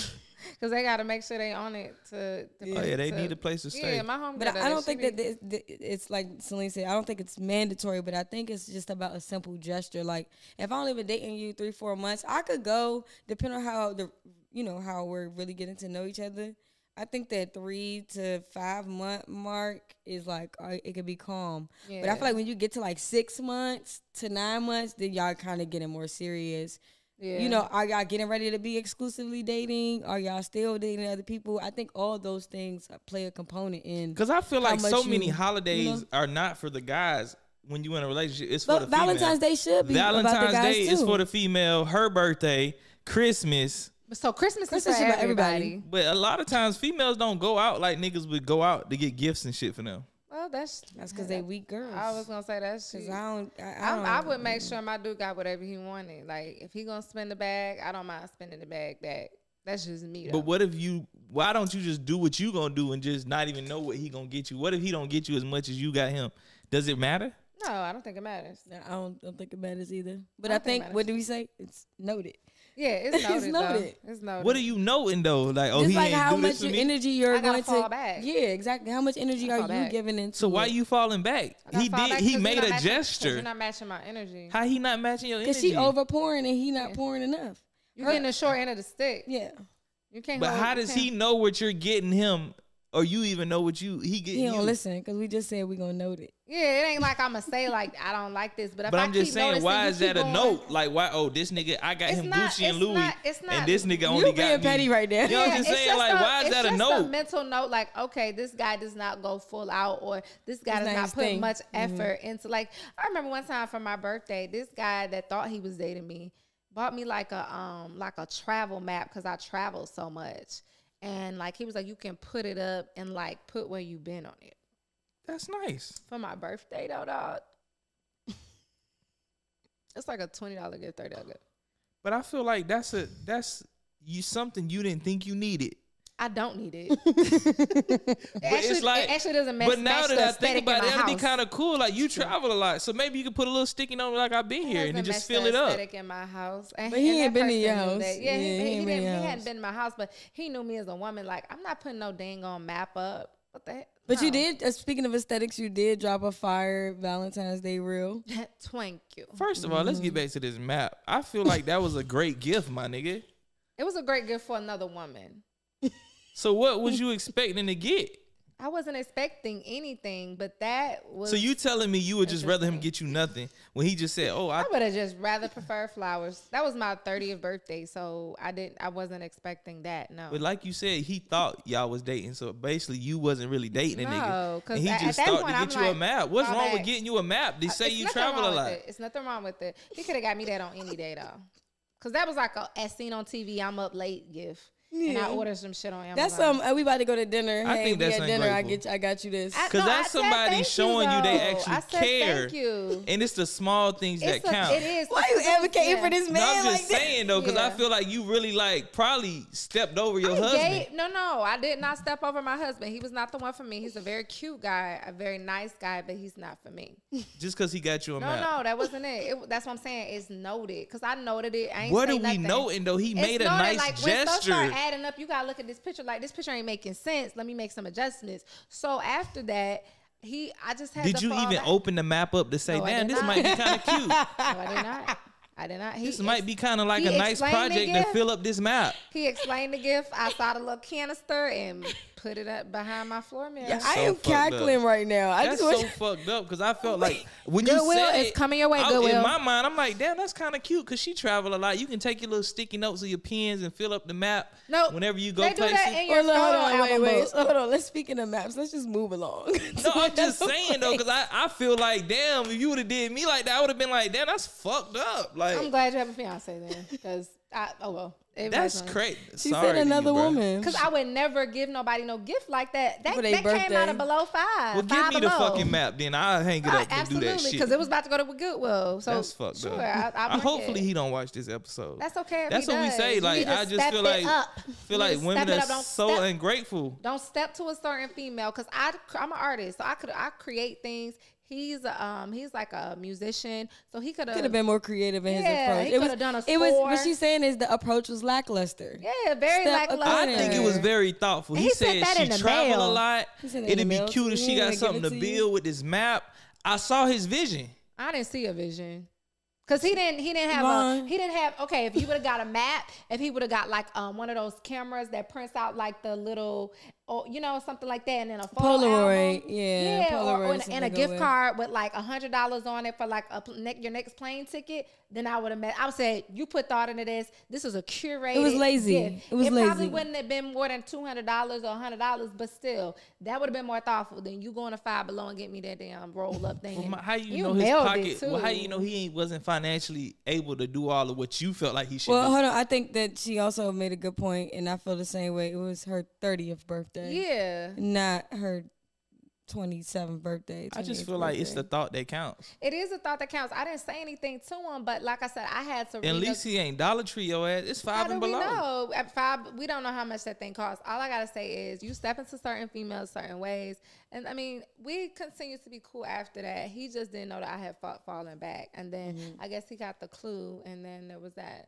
Because they got to make sure they on it to. to
Oh yeah, they
to-
need a place to stay.
Yeah, my homegirl.
But I- I don't think that
They,
th- th- it's like Celine said. I don't think it's mandatory, but I think it's just about a simple gesture. Like if I only been dating you three, four months, I could go depending on how the you know how we're really getting to know each other. I think that three to five month mark is like uh, it could be calm. But I
Yeah.
feel like when you get to like six months to nine months, then y'all kind of getting more serious.
yeah.
You know, are y'all getting ready to be exclusively dating? Are y'all still dating other people? I think all those things play a component in.
Because I feel
how
like so
much
many
you-
holidays
you know?
are not for the guys when you in a relationship. It's for
But
the
Valentine's
female.
Day should be about the
Valentine's
guys
Day
too.
is for the female. Her birthday, Christmas.
So Christmas,
Christmas
is for everybody.
But a lot of times females don't go out like niggas would go out to get gifts and shit for them.
Well, that's
That's because they weak girls.
I was gonna say that's.
Cause I don't. I, I,
I,
don't,
I would make sure my dude got whatever he wanted. Like if he gonna spend the bag, I don't mind spending the bag back. That's just me. Though.
But what if you? Why don't you just do what you gonna do and just not even know what he gonna get you? What if he don't get you as much as you got him? Does it matter?
no, I don't think it matters.
I don't, don't think it matters either. But
I
I,
think it
think
matters.
what do we say? It's noted.
Yeah,
<laughs>
it's
It's
noted. it's noted.
noted.
It's noted.
What are you knowing though? Like oh
Just
he
like
ain't
how
do
much
this to
your
me.
energy you're
I gotta
going
fall
to.
back.
Yeah, exactly. How much energy
I
are
fall
you
back.
giving into?
so why
it?
you falling back?
I gotta
He
fall
did.
back 'cause
He
you're
made
not
a
matching- 'cause You're
gesture.
not matching my energy.
How he not matching your energy?
Cause she over pouring and he not pouring enough.
You're getting
<laughs>
the short end of the stick.
Yeah.
You can't.
But
hold-
how
you
does
can't-
he know what you're getting him, or you even know what you he getting?
He don't
you?
listen because we just said we gonna note it.
Yeah, it ain't like I'ma say like I don't like this, but if
But
I
I'm just
keep
saying,
noticing
why
you
is that
keep
a
going-
note? Like, why? Oh, this nigga, I got
It's
him
not-
Gucci and
it's
Louis,
not- it's not-
and this nigga only got
you being
me.
petty right there.
You know what I'm
it's
saying?
just
Like,
a-
why is
it's
that a
just
note?
mental note, like okay, this guy does not go full out, or this
It's
guy does
not
not
his
put
thing. Mm-hmm.
much effort into. Like I remember one time for my birthday, this guy that thought he was dating me bought me like a um like a travel map because I travel so much, and like he was like, you can put it up and like put where you've been on it
That's nice.
for my birthday though, dog. <laughs> it's like a twenty dollar gift, thirty dollar gift.
But I feel like that's a that's you something you didn't think you needed.
I don't need it. It
But
actually,
it's like,
it actually doesn't match.
but now
match
that
the
I think
aesthetic in
about
my
it, that'd be
house.
kind of cool. Like you travel a lot, so maybe you could put a little sticky note like I've been here, and then
Husband
just
matched
fill
the
it up.
aesthetic in my house, and,
But he
and
ain't
that
been to your
person knew
house.
that.
Yeah,
Yeah, he,
he
he,
ain't been
didn't.
to your
He hadn't
house.
been to my house, but he knew me as a woman. Like I'm not putting no dang on map up. What the heck?
<laughs> But you
No.
did. Uh, speaking of aesthetics, you did drop a fire Valentine's Day reel.
<laughs> Thank you.
First of all, let's
Mm-hmm.
get back to this map. I feel like that was a great gift, my nigga.
It was a great gift for another woman.
So what was you expecting to
<laughs>
get?
I wasn't expecting anything, but that was.
So you telling me you would just rather him get you nothing when he just said, "Oh, I
I would have just rather preferred flowers. That was my 30th birthday, so I didn't. I wasn't expecting that. No.
But like you said, he thought y'all was dating, so basically you wasn't really dating a
No,
nigga.
'cause
and he
at-
just
at that
thought
point,
to
I'm
get you
like,
a map. What's
my
wrong with
bad. Uh,
getting you a map? They say
It's
you
nothing
travel a
wrong with
lot.
it. It's nothing wrong with it. He could have got me that on any day though, because that was like a as seen on TV. I'm up late gift. and I
Yeah.
ordered some shit on Amazon.
That's um. uh, We about to go to dinner.
I
hey,
think
we
that's
at dinner. I
ungrateful.
get. You, I got you this.
I-
Because
no,
that's
I said
somebody
thank you,
showing you they
though.
actually
I said
care.
Thank you.
And it's the small things
It's
that
a-
count.
It is.
Why you advocating
Yeah.
for this man
No, I'm just
like that?
saying though, because I
Yeah.
feel like you really like probably stepped over your
I
husband.
gave- no, no, I did not step over my husband. He was not the one for me. He's a very cute guy, a very nice guy, but he's not
<laughs>
for me.
Just because he got you a
No,
map.
no, that wasn't it. it. That's what I'm saying. It's noted because I noted it. I ain't
What
say
are we
nothing.
noting though? He
It's
made a
noted,
nice
like, When stuff
gesture.
start adding up, you gotta look at this picture. Like this picture ain't making sense. Let me make some adjustments. So after that, he, I just had.
Did
the
you
fall
even
back.
open the map up to say,
No, I
damn,
did
this
not.
might be kind of cute.
<laughs> No, I did not. I did not. He
This might be kind of like
he
a nice
explained
project
it,
to
yeah.
fill up this map.
He explained the gift. I saw the little canister and put it up behind my floor mirror.
Yeah, I
so
am
fucked up.
cackling right now. I
That's
just
so
want.
fucked up because I felt
<laughs>
like when you
Goodwill
said
is
it,
coming your way,
I- In
Goodwill.
my mind, I'm like, damn, that's kind of cute because she travel a lot. You can take your little sticky notes or your pens and fill up the map
No,
whenever you go
they do
places.
that in your
Hold on, hold
photo
on, wait,
album
wait.
book.
Hold on. Let's speak in the maps. Let's just move along. <laughs>
<laughs>
No, I'm just saying though, because I, I feel like, damn, if you would have did me like that, I would have been like, damn, that's fucked up. Like
I'm glad you have a fiance then, because I oh well,
that's crazy.
She said another woman.
Because I would never give nobody no gift like that. That,
For they
that came out
birthday.
of below five.
Well, give
five
me the
below.
fucking map, then I'll hang it up
Oh,
and do that
absolutely,
shit.
because it was about to go to Goodwill. So
that's fucked
sure,
up.
I, I, mark
hopefully
it.
he don't watch this episode.
That's okay. if
That's
he
what we
does.
say.
You
Like
need to
I just
step
feel
it
like
up. You
feel like
need to step
women
it
are
up. Don't
so
step-
ungrateful.
don't step to a certain female because I I'm an artist, so I could I create things. He's a, um he's like a musician, so he could
could have been more creative in
Yeah,
his approach.
he
it was
coulda done a
It was
score.
what she's saying is the approach was lackluster.
yeah very
Step
like
I
according.
think it was very thoughtful. He,
He sent
said
that
she
in the
travel
mail.
a lot.
He sent it
It'd
in the
be
mail
cute
to
if she
you and
got
give
something to
it to you.
build with this map. I saw his vision.
I didn't see a vision. Cause he didn't, he didn't have a,
Lauren.
he didn't have. Okay, if he would have got a map, if he would have got like um one of those cameras that prints out like the little, oh you know something like that, and then a photo
Polaroid,
album.
yeah,
or- or,
Polaroid,
and- and a
something
gift
with-
card with like a hundred dollars on it for like a pl- ne- your next plane ticket. Then I would have met. I would say you put thought into this. This was a curated.
lazy.
gift.
It was
probably
lazy.
wouldn't have been more than two hundred dollars or hundred dollars, but still, that would have been more thoughtful than you going to five below and get me that damn roll up thing.
Well,
and-
my- how you, know his
nailed it,
pocket? Well, how you
too.
know he ain't wasn't financially able to do all of what you felt like he should?
Well,
do?
hold on. I think that she also made a good point, and I feel the same way. It was her 30th birthday,
Yeah,
not her 27th birthday.
I just
28th
feel like it's the
birthday.
thought that counts.
it is a thought that counts. I didn't say anything to him, but like I said, I had to.
At
read
least
the,
he ain't Dollar Tree your ass. It's
how
five
do
and
we
below.
know? At five, we don't know how much that thing costs. All I gotta say is, you step into certain females certain ways, and I mean, we continued to be cool after that. He just didn't know that I had fought, fallen back, and then
Mm-hmm.
I guess he got the clue, and then there was that.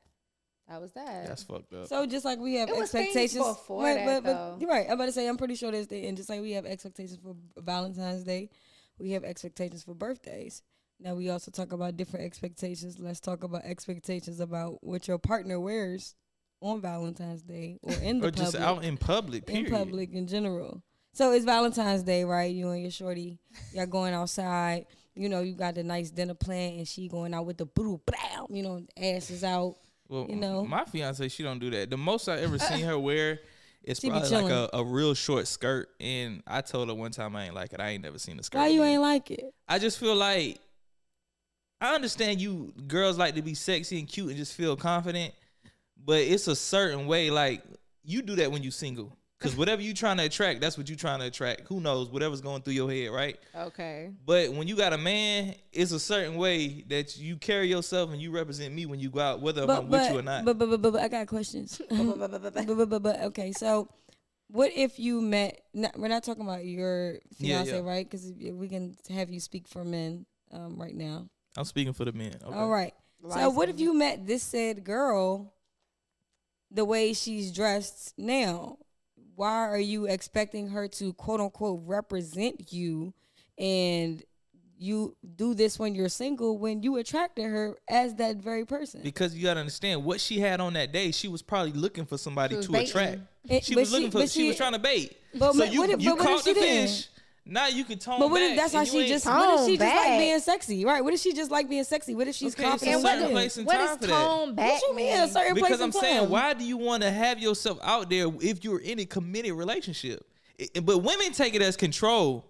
That was that.
That's fucked up.
So just like we have
It was things
expectations
before
Right,
that,
but, but
though.
you're right. I'm about to say I'm pretty sure this day, and just like we have expectations for Valentine's Day, we have expectations for birthdays. Now we also talk about different expectations. Let's talk about expectations about what your partner wears on Valentine's Day or in the
or
public,
just out in public.
in
Period.
public in general. So it's Valentine's Day, right? You and your shorty, y'all going outside. You know, you got the nice dinner plan, and she going out with the boo, bam. You know, ass is out.
Well,
you know.
my fiance she don't do that. The most I ever
<laughs>
seen her wear is
She be
probably like a,
chilling.
a real short skirt. And I told her one time I ain't like it. I ain't never seen a skirt.
Why you
again.
ain't like it?
I just feel like I understand you girls like to be sexy and cute and just feel confident, but it's a certain way. Like you do that when you single,
<laughs>
because whatever you trying to attract, that's what you trying to attract. Who knows? Whatever's going through your head, right?
okay.
But when you got a man, it's a certain way that you carry yourself and you represent me when you go out, whether I'm with you or not.
But, but, but, but, but I
<laughs>
got questions. but, but, but, but, okay, so what if you met, not, we're not talking about your
Yeah,
fiance,
yeah.
right? Because we can have you speak for men um, right now.
I'm speaking for the men. Okay.
All right. So
Lies
what if
on me.
you met this said girl the way she's dressed now? Why are you expecting her to quote unquote represent you and you do this when you're single when you attracted her as that very person?
Because you gotta understand what she had on that day, she was probably looking for somebody
She was
to
baiting.
attract.
It-
she
but
was looking
she-
for.
but
She, was
she-
trying to bait.
but
so
what-
you
what if-
you
but what if
caught
she
the
didn't?
fish. Now you can tone
But what if
back
that's
and
how
you
she
ain't-
just? What if
Tone
she just
back.
like being sexy, right? What if she just like being sexy? What if she's
Okay, so
confident?
certain
women?
place and
What
time
is
for that.
tone back?
What you mean a
mean?
certain place
Because I'm
and
saying,
time?
why do you want to have yourself out there if you're in a committed relationship? I- but women take it as control.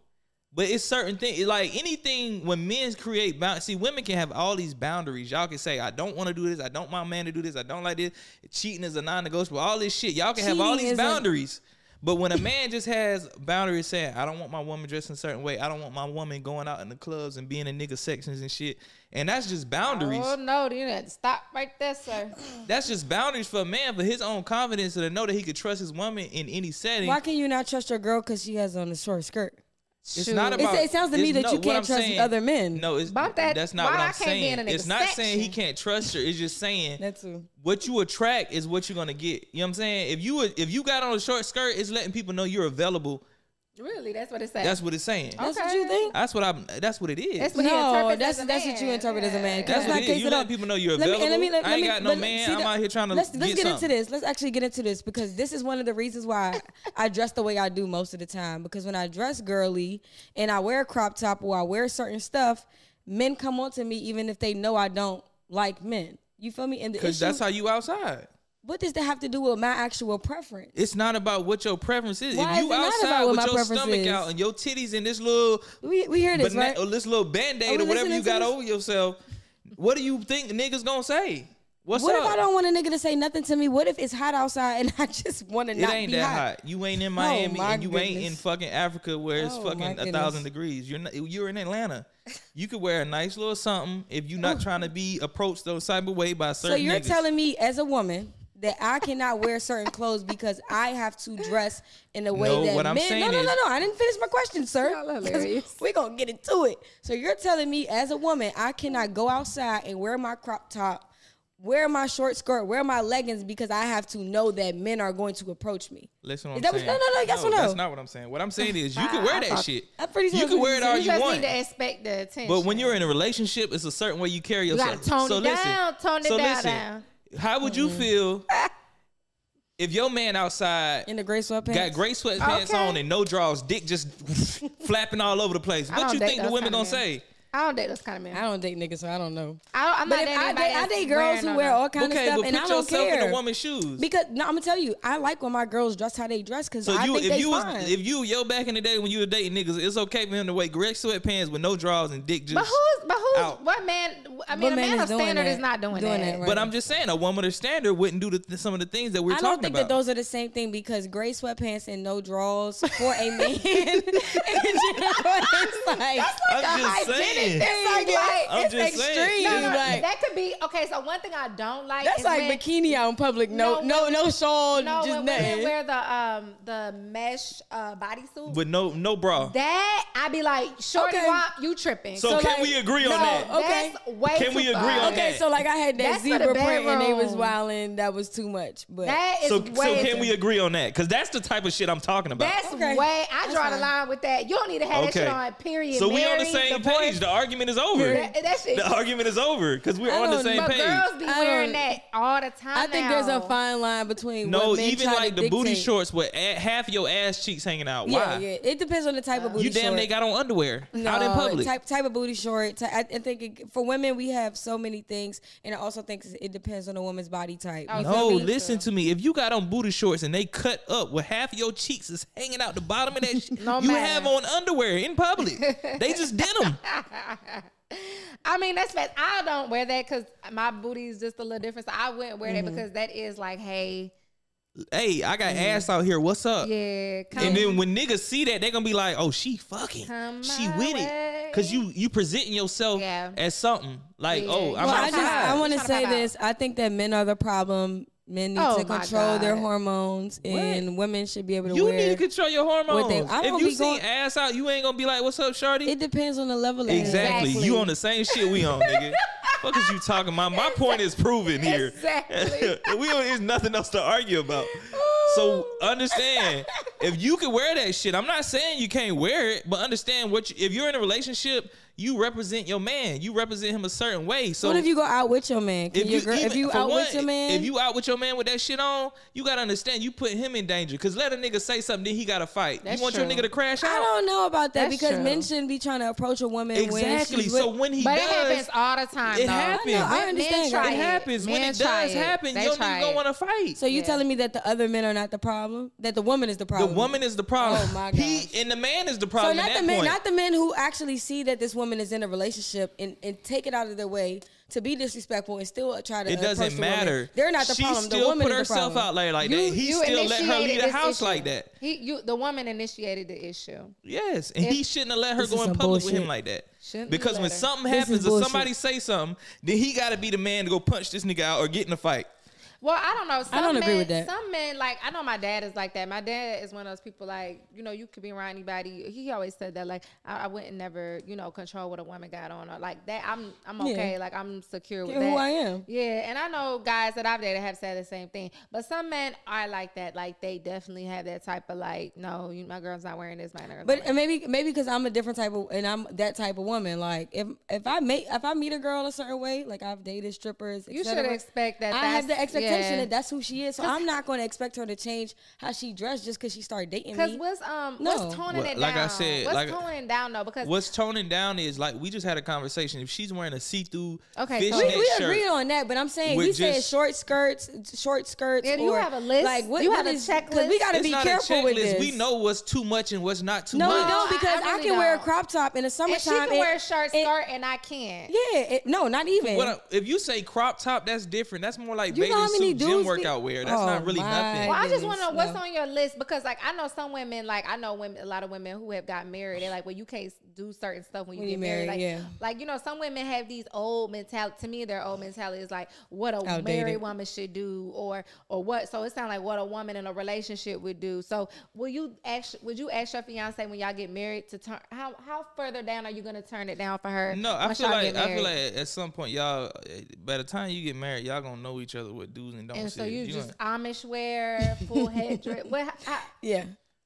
But it's certain things, like anything when men create boundaries. See, women can have all these boundaries. Y'all can say, "I don't want to do this. I don't want my man to do this. I don't like this. Cheating is a non-negotiable." All this shit, y'all can have all
Cheating
these
is a-
boundaries. But when a man just has boundaries saying, I don't want my woman dressed in a certain way, I don't want my woman going out in the clubs and being in nigga sections and shit, and that's just boundaries.
Oh no, you had to stop right there, sir.
That's just boundaries for a man for his own confidence and to know that he could trust his woman in any setting.
Why can you not trust your girl because she has on a short skirt?
It's not
Shoot.
about.
it sounds to me
it's
that
no-
you
what
can't
I'm
trust
saying-
other men.
No, it's
About that,
That's not what
why
I'm
I can't be
saying.
in a
It's not saying he
section?
can't trust her. It's just saying
That too.
what you attract is what you're gonna get. You know what I'm saying? If you would- if you got on a short skirt, it's letting people know you're available.
Really, that's what it says.
That's what it's saying.
That's what
Okay.
you think?
That's what I'm. That's what it is.
That's what he
No,
interprets
that's
as a
that's what you
man.
interpret as a man. 'cause
That's
it's
what
not
it
case
is. You
of
let
the-
people know you're
Let me-
available.
and let me- let-
I
let
ain't
me-
got no
but
man.
see
I'm
the-
out here trying to
let's let's get, into
something.
this. Let's actually get into this because this is one of the reasons why I dress the way I do most of the time. Because when I dress girly and I wear a crop top or I wear certain stuff, men come on to me even if they know I don't like men. You feel me? And the
Because
issue,
that's how you outside.
what does that have to do with my actual preference?
It's not about what your preference is.
Why
if
is
you
it not
outside
about what
with
my
your
preference
stomach
is?
out and your titties and this little
We we hear this,
bana-
right?
or this little band
Are
aid
we
or whatever
listening
you
to
got
this?
over yourself, what do you think niggas gonna say? What's
What
up?
if I don't want a nigga to say nothing to me? What if it's hot outside and I <laughs> just want to
It
not
ain't
be
that
hot? Oh
hot. You ain't in Miami
my
and you ain't in
goodness.
fucking Africa where it's
Oh, my
fucking a
goodness.
thousand degrees. You're not, you're in Atlanta. You could wear a nice little something if you're not trying to be approached those type of way by
Oh. So
certain.
you're
niggas.
telling me as a woman that I cannot wear certain clothes because I have to dress in a way
No,
that
what I'm
men.
saying
no, no,
is-
no, no. I didn't finish my question, <laughs>
Y'all
sir.
hilarious.
We're gonna get into it. So you're telling me as a woman I cannot go outside and wear my crop top, wear my short skirt, wear my leggings because I have to know that men are going to approach me.
Listen, what I'm
Is that what-
saying.
no, no, no, yes or no?
That's not what I'm saying. What I'm saying is you can
I
wear
<laughs>
that
thought-
shit.
I'm pretty sure
you
that's
can
what
wear
you
it
said.
all
you
you
just
want.
need to expect the attention.
But when you're in a relationship, it's a certain way you carry
gotta
yourself.
tone
so
it
listen,
down, tone it
so
down,
listen,
down.
how would you feel if your man outside
in the gray sweatpants.
got gray sweatpants
Okay.
on and no draws, dick just <laughs> flapping all over the place?
I
What
don't
you
date
think the
those
women
kinda
gonna
men.
say?
I don't date those kind of men.
I don't date niggas, so I don't know.
I don't, I'm
But
not
if
dating
I
anybody.
date, I
that's
date girls
wearing
who
no-
wear
no.
all kind
okay,
of stuff,
but
and
put
I don't
yourself
care.
in a woman's shoes.
Because no, I'm gonna tell you, I like when my girls dress how they dress because
so
I
you,
think
if
they
you was,
fine.
if you yo back in the day when you were dating niggas, it's okay for him to wear gray sweatpants with no draws and dick just.
But who's but who's
out.
what man? I
What
mean, a
man
man
is
of
doing
standard
that?
is not doing,
Doing
that.
that, right.
But I'm just saying, a woman of standard wouldn't do the, th- some of the things that we're
I
talking
don't think
about.
that those are the same thing because gray sweatpants and no drawers for a man. <laughs> and you know,
<laughs>
it's like
<laughs>
I'm just saying.
It's like, like,
I'm
it's
just saying.
extreme.
No, no,
like,
that could be okay. So one thing I don't like
that's
is
like
when,
bikini out in public. No, no,
No,
no, shawl,
No,
just
when
nothing.
women wear the um the mesh uh, bodysuit,
with no no bra.
that I be like, shorty,
Okay.
wop, you tripping?
so,
so,
can
like,
we agree
no,
on that?
okay.
that's way
Can
too
we agree
far.
on
okay,
that.
so like I had that
That's for the
zebra print and they was
bedroom.
wilding. That was too much. But
That is
So
way.
so can
too-
we agree on that? Because that's the type of shit I'm talking about.
That's
Okay.
way. I
That's
draw
fine.
the line with that. You don't need to have that
Okay.
shit on. Period.
so we on the
Married,
same
divorced.
page. The argument is over.
That, that shit.
the argument is over because we're
I
on the
don't-
same
but
page.
girls be
I
wearing
Oh.
don't-
that all the time.
I think
now.
there's a fine line between
no,
what men
even
try
like
to
the booty
dictate.
shorts with a- half your ass cheeks hanging out. Why?
Yeah, yeah. It depends on the type of booty
You damn
short.
they got on underwear out in
No,
public.
Type type of booty short. Ty- I, I think it, for women we have so many things, and I also think it depends on the woman's body type.
Oh,
You
no,
feel me?
listen to me. If you got on booty shorts and they cut up with half your cheeks is hanging out the bottom of that,
<laughs>
shit,
No
you
matter.
have on underwear in public. they just denim.
I mean, that's fast. I don't wear that because my booty is just a little different. So I wouldn't wear
Mm-hmm.
that because that is like, hey,
Hey, I got ass out here. What's up?
yeah, come.
Uh, And then when niggas see that, they're gonna be like, "Oh, she fucking,
Come
she
my
with
way.
it," because you you presenting yourself
Yeah.
as something like,
Yeah.
"Oh, I'm
well, I
outside."
just I want to
Tryna
say
pop out.
this. I think that men are the problem. Men need
Oh,
to
my
control their
God.
hormones, and women should be able to
you
wear.
need to control your hormones.
they- I
if
don't
you
be
see
going-
ass out, you ain't gonna be like, "What's up, shorty?"
it depends on the level. of
exactly.
Exactly.
You on the same shit we on,
<laughs>
nigga. Fuck is you talking about? My point is proven here.
Exactly.
<laughs> we don't, there's nothing else to argue about. So understand if you can wear that shit. I'm not saying you can't wear it, but understand what you, if you're in a relationship, you represent your man. You represent him a certain way. So
what if you go out with your man? Can your girl, if
even-
you
for
out
one,
with your man,
if you out with your man with that shit on, you gotta understand you put him in danger. Cause let a nigga say something, then he gotta fight.
That's
you want your
true.
nigga to crash
I
out?
don't know about that
That's
because men
true.
shouldn't be trying to approach a woman When
Exactly.
she's
So
with-
when he
But
does,
it happens all the time.
It
though.
happens. I know, I
Men
understand
try
that.
it happens. When
Men
it
try
does happen,
They
your
try
nigga gonna
it.
wanna fight.
so you
Yeah.
telling me that the other men are not the problem? That the woman is the
the
problem?
woman is the problem.
Oh, my
He
gosh.
and the man is the
So
problem. at
not
that
the men,
point.
not the men who actually see that this woman is in a relationship and, and take it out of their way to be disrespectful and still try to.
it
approach
doesn't
the woman.
matter.
They're not the
she
problem.
still
the woman
put
is the
herself
problem.
out there like
You-
that. He
you
still let her lead
initiated
the
this
house
issue.
like that.
He, you, the woman initiated the issue.
Yes, and he
If-
shouldn't have let her
This
go
is
in
some
public with him
bullshit.
like that.
Shouldn't
because
have
when
let her.
something
This is
happens or
bullshit.
somebody say something, then he got to be the man to go punch this nigga out or get in a fight.
Well, I don't know. Some
don't
men,
agree with that.
Some men, like I know my dad is like that. My dad is one of those people, like you know, you could be around anybody. He always said that, like I, I wouldn't never, you know, control what a woman got on or like that. I'm, I'm
Yeah.
okay. Like I'm secure with
Yeah,
that.
who I am.
Yeah, and I know guys that I've dated have said the same thing. But some men are like that. Like they definitely have that type of like, no, you, my girl's not wearing this. My girl's
But
not
and maybe maybe because I'm a different type of and I'm that type of woman. Like if if I make if I meet a girl a certain way, like I've dated strippers, et
You
cetera,
should expect that
I have
that's-
the expectation
yeah.
that that's who she is. So I'm not going to expect her to change how she dressed just because she started dating
Because
me.
what's um
No.
what's toning
Well,
it
like I
down?
said,
what's
like-
toning it down though? Because
What's toning down is like we just had a conversation. If she's wearing a see-through
Okay, so-
we
fishnet
we
shirt,
agree on that, but I'm saying
With
we said
just-
short skirts, short skirts.
Yeah, do you
or,
have a list?
Like what,
You
what
have a
is- 'cause
checklist?
We got to
it's
be
not
careful
a checklist.
with this.
We know what's too much and what's not too
No,
much.
we don't
I- I
because I,
really
can wear a
don't.
crop top in the summertime.
and she can wear a short
and-
skirt and I can't.
Yeah, it, no, not even.
What I- if you say crop top? That's different. That's more like
You know
bathing
how many
suit
dudes
gym
be-
workout wear. That's
Oh,
not really
my
nothing.
Well, I just
goodness,
want to know what's
no.
on your list because, like, I know some women, like, I know women, a lot of women who have got married. They're like, well, you can't do certain stuff when you
When
get
you
married.
married,
like,
yeah.
like, you know, some women have these old mentality. To me, their old mentality is like, what a married
Outdated.
woman should do, or or what. So it sounds like what a woman in a relationship would do. So will you ask? Would you ask your fiance when y'all get married to turn? How how further down are you gonna turn it down for her?
No, I
once
feel
y'all
like
get
I feel
married?
like at some point y'all, eh, by the time you get married, y'all gonna know each other what do's and don'ts.
And so
is.
you,
gonna-
just Amish wear, full head
<laughs>
dress. Well, I,
yeah.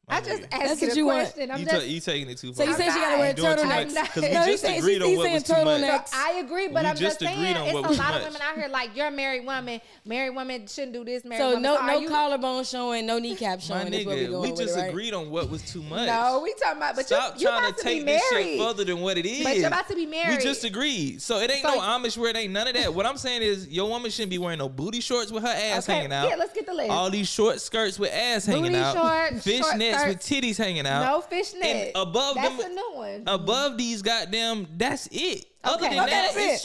I just
nigga.
asked
That's
you
what
the
you want.
question. I'm
you,
just
ta- you taking it too
So
far.
you
I'm
say she got to
not
wear a
doing too
I'm
turtleneck.
much
not- <laughs>
because we
No, he
just
said- she-
agreed on
he's
what
saying
was too
turtleneck.
much.
Next.
I agree, but
We
I'm just,
just agreed
saying
on
it's a
what was
lot of
much.
women out here like you're a married woman. Married women shouldn't do this. Married
So
women.
no,
are
no
you-
collarbone showing, no kneecap
My
showing. is what we
nigga,
going
we
with
just
it, right?
agreed on what was too much.
No, we talking about. But
Stop
you, you
trying
about
to
to,
take
be
this
married.
shit further than what it is.
But you're about to be married.
We just agreed. So it ain't
So-
no Amish wear. It ain't none of that. What I'm saying is, your woman shouldn't be wearing no booty shorts with her ass
Okay,
hanging out.
yeah, let's get the list.
All these short skirts with ass hanging
Booty
out.
shorts, short
fishnets with
skirts.
titties hanging out.
no fishnet.
And above
that's
them-
a new one.
above these goddamn that's it other
Okay.
than
Okay,
that
that's
it's
it.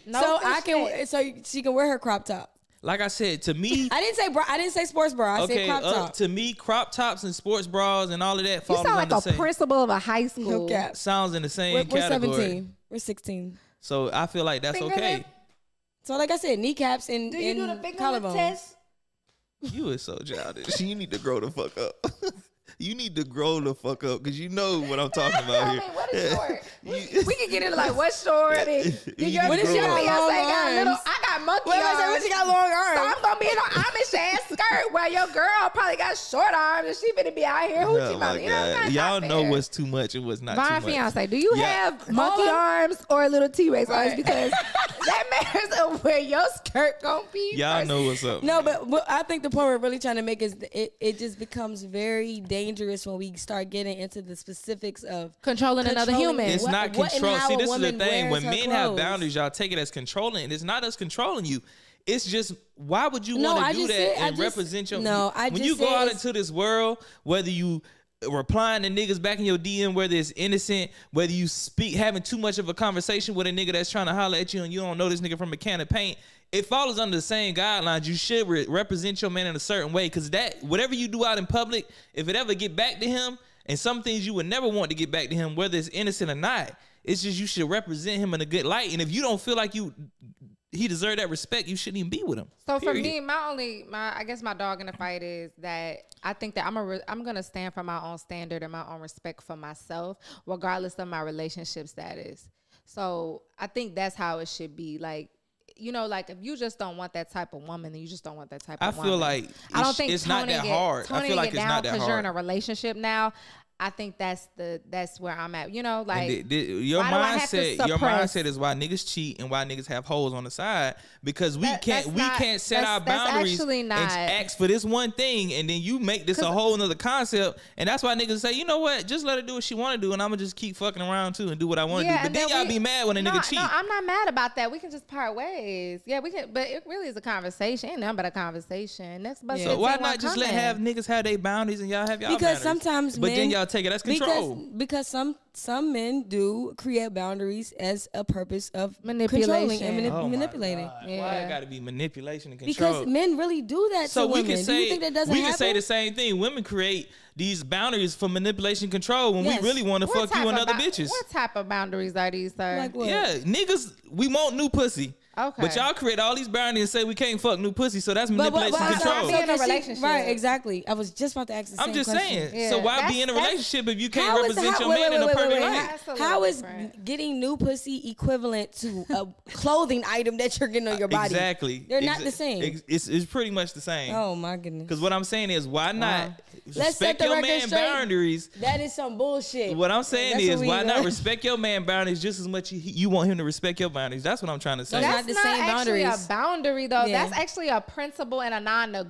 straight
no
so I
fishnet.
can, so she can wear her crop top.
like i said to
<laughs>
me
I didn't say bra. I didn't say sports bra. I
okay
said crop
uh,
top.
to me crop tops and sports bras and all of that
You
falls
sound like
the
a
same
principal of a high
no
school.
cap.
sounds in the same
We're, we're
category
17. We're 16.
so i feel like that's
Finger
okay
lip? <laughs>
So like I said, kneecaps and,
Do you
and
do the finger lip
collarbones.
test?
you is so childish you need to grow the fuck up <laughs> you need to grow the fuck up because you know what i'm talking
<laughs> I
about
mean,
here
what
<laughs>
is short?
You-
we can get into like what's short. And
<laughs> You
did your,
need to
did your
grow up.
fiance got little? I got monkey
Wait, wait, wait,
arms.
what, she got long
So
arms.
I'm gonna be in an Amish ass skirt while your girl probably got short arms and she finna be out here hoochie
Oh my
mama. You know,
God.
that's
Y'all
not
know
fair.
what's too much and what's not
My
too much.
fiance, do you
Yeah.
have monkey arms or little T Rex arms? <laughs> Because that matters of where your skirt gonna
<laughs>
be.
Y'all
first.
know what's up.
No, but, but I think the point we're really trying to make is th- it, it just becomes very dangerous when we start getting into the specifics of
Controlling another
controlling
human.
It's
what-
not
what and
control.
how
See,
a
this is the
woman
thing.
wears
When
her
men have
clothes.
boundaries, y'all take it as controlling. And it's not us controlling you. It's just why would you
No,
want
I
to do
just
that
said- I
and
just-
represent your?
no, I
when
just
you go
said
out
it's-
into this world, whether you replying to niggas back in your DM, whether it's innocent, whether you speak having too much of a conversation with a nigga that's trying to holler at you and you don't know this nigga from a can of paint. It follows under the same guidelines. You should re- represent your man in a certain way, because that whatever you do out in public, if it ever get back to him, and some things you would never want to get back to him, whether it's innocent or not. It's just you should represent him in a good light. And if you don't feel like you he deserved that respect, you shouldn't even be with him.
So for
Period.
me, my only my I guess my dog in the fight is that I think that I'm a re- I'm gonna stand for my own standard and my own respect for myself, regardless of my relationship status. So I think that's how it should be. Like, you know, like if you just don't want that type of woman, then you just don't want that type
I
of
feel
woman.
like
I
it's-
don't think
it's not
toning
that
it-
hard. I feel
toning
like
it
it's
down
not that
because you're in a
hard.
relationship now. I think that's the that's where I'm at. You know, like
And th- th- your
why do I have to
mindset, your
suppress?
mindset is why niggas cheat and why niggas have holes on the side because we
That-
can't
that's
we
not-
can't set our
that's- that's
boundaries
actually
and
not-
ask for this one thing and then you make this a
'Cause-
whole nother concept and that's why niggas say you know what just let her do what she want to do and I'm gonna just keep fucking around too and do what I want to do
and
but then y'all
we-
be mad when a
no,
nigga cheat
No, I'm not mad about that. We can just part ways. Yeah, we can. But it really is a conversation. Ain't nothing but a conversation. That's but
Yeah.
so why
it's a
not just let
comment.
have niggas have their boundaries and y'all have y'all
Because
boundaries?
sometimes
but then
men-
y'all take it that's control
Because because some some men do create boundaries as a purpose of controlling and
Manipulation.
manip-
Oh my
manipulating.
God. why
Yeah.
it gotta be manipulation and control
Because men really do that
So
to
we
women.
can
do
say
you think that doesn't
we can
happen?
say the same thing. Women create these boundaries for manipulation control when
Yes.
we really want to
What
fuck
type
you and
of
other
bou-
bitches.
What type of boundaries are these, sir?
like what?
Yeah, niggas, we want new pussy.
Okay.
But y'all create all these boundaries and say we can't fuck new pussy, so that's
But, but,
manipulation
but
Manipulation
so-
control.
so
Be in a
can she-
relationship.
right? Exactly. I was just about to ask the
I'm
same
just
question.
saying.
Yeah,
so why
that's-
be in a
that's-
relationship if you can't
How is
represent
how-
your
wait,
man
wait,
in a
wait,
perfect
wait, wait.
light?
That's a
How- How
little
is
different.
getting new pussy equivalent to a <laughs> clothing item that you're getting on your body?
Exactly.
They're not
Exa-
the same.
ex- It's, it's pretty much the same.
Oh my goodness.
Because what I'm saying is, why not
Let's set
respect
the
your
record
man
straight.
boundaries
That is some bullshit.
What I'm saying
That's what
is,
we
why
got.
not respect your man boundaries just as much you, you want him to respect your boundaries? That's what I'm trying to say.
That's not
That's not,
the same
actually
boundaries.
a boundary though.
Yeah.
That's actually a principle and a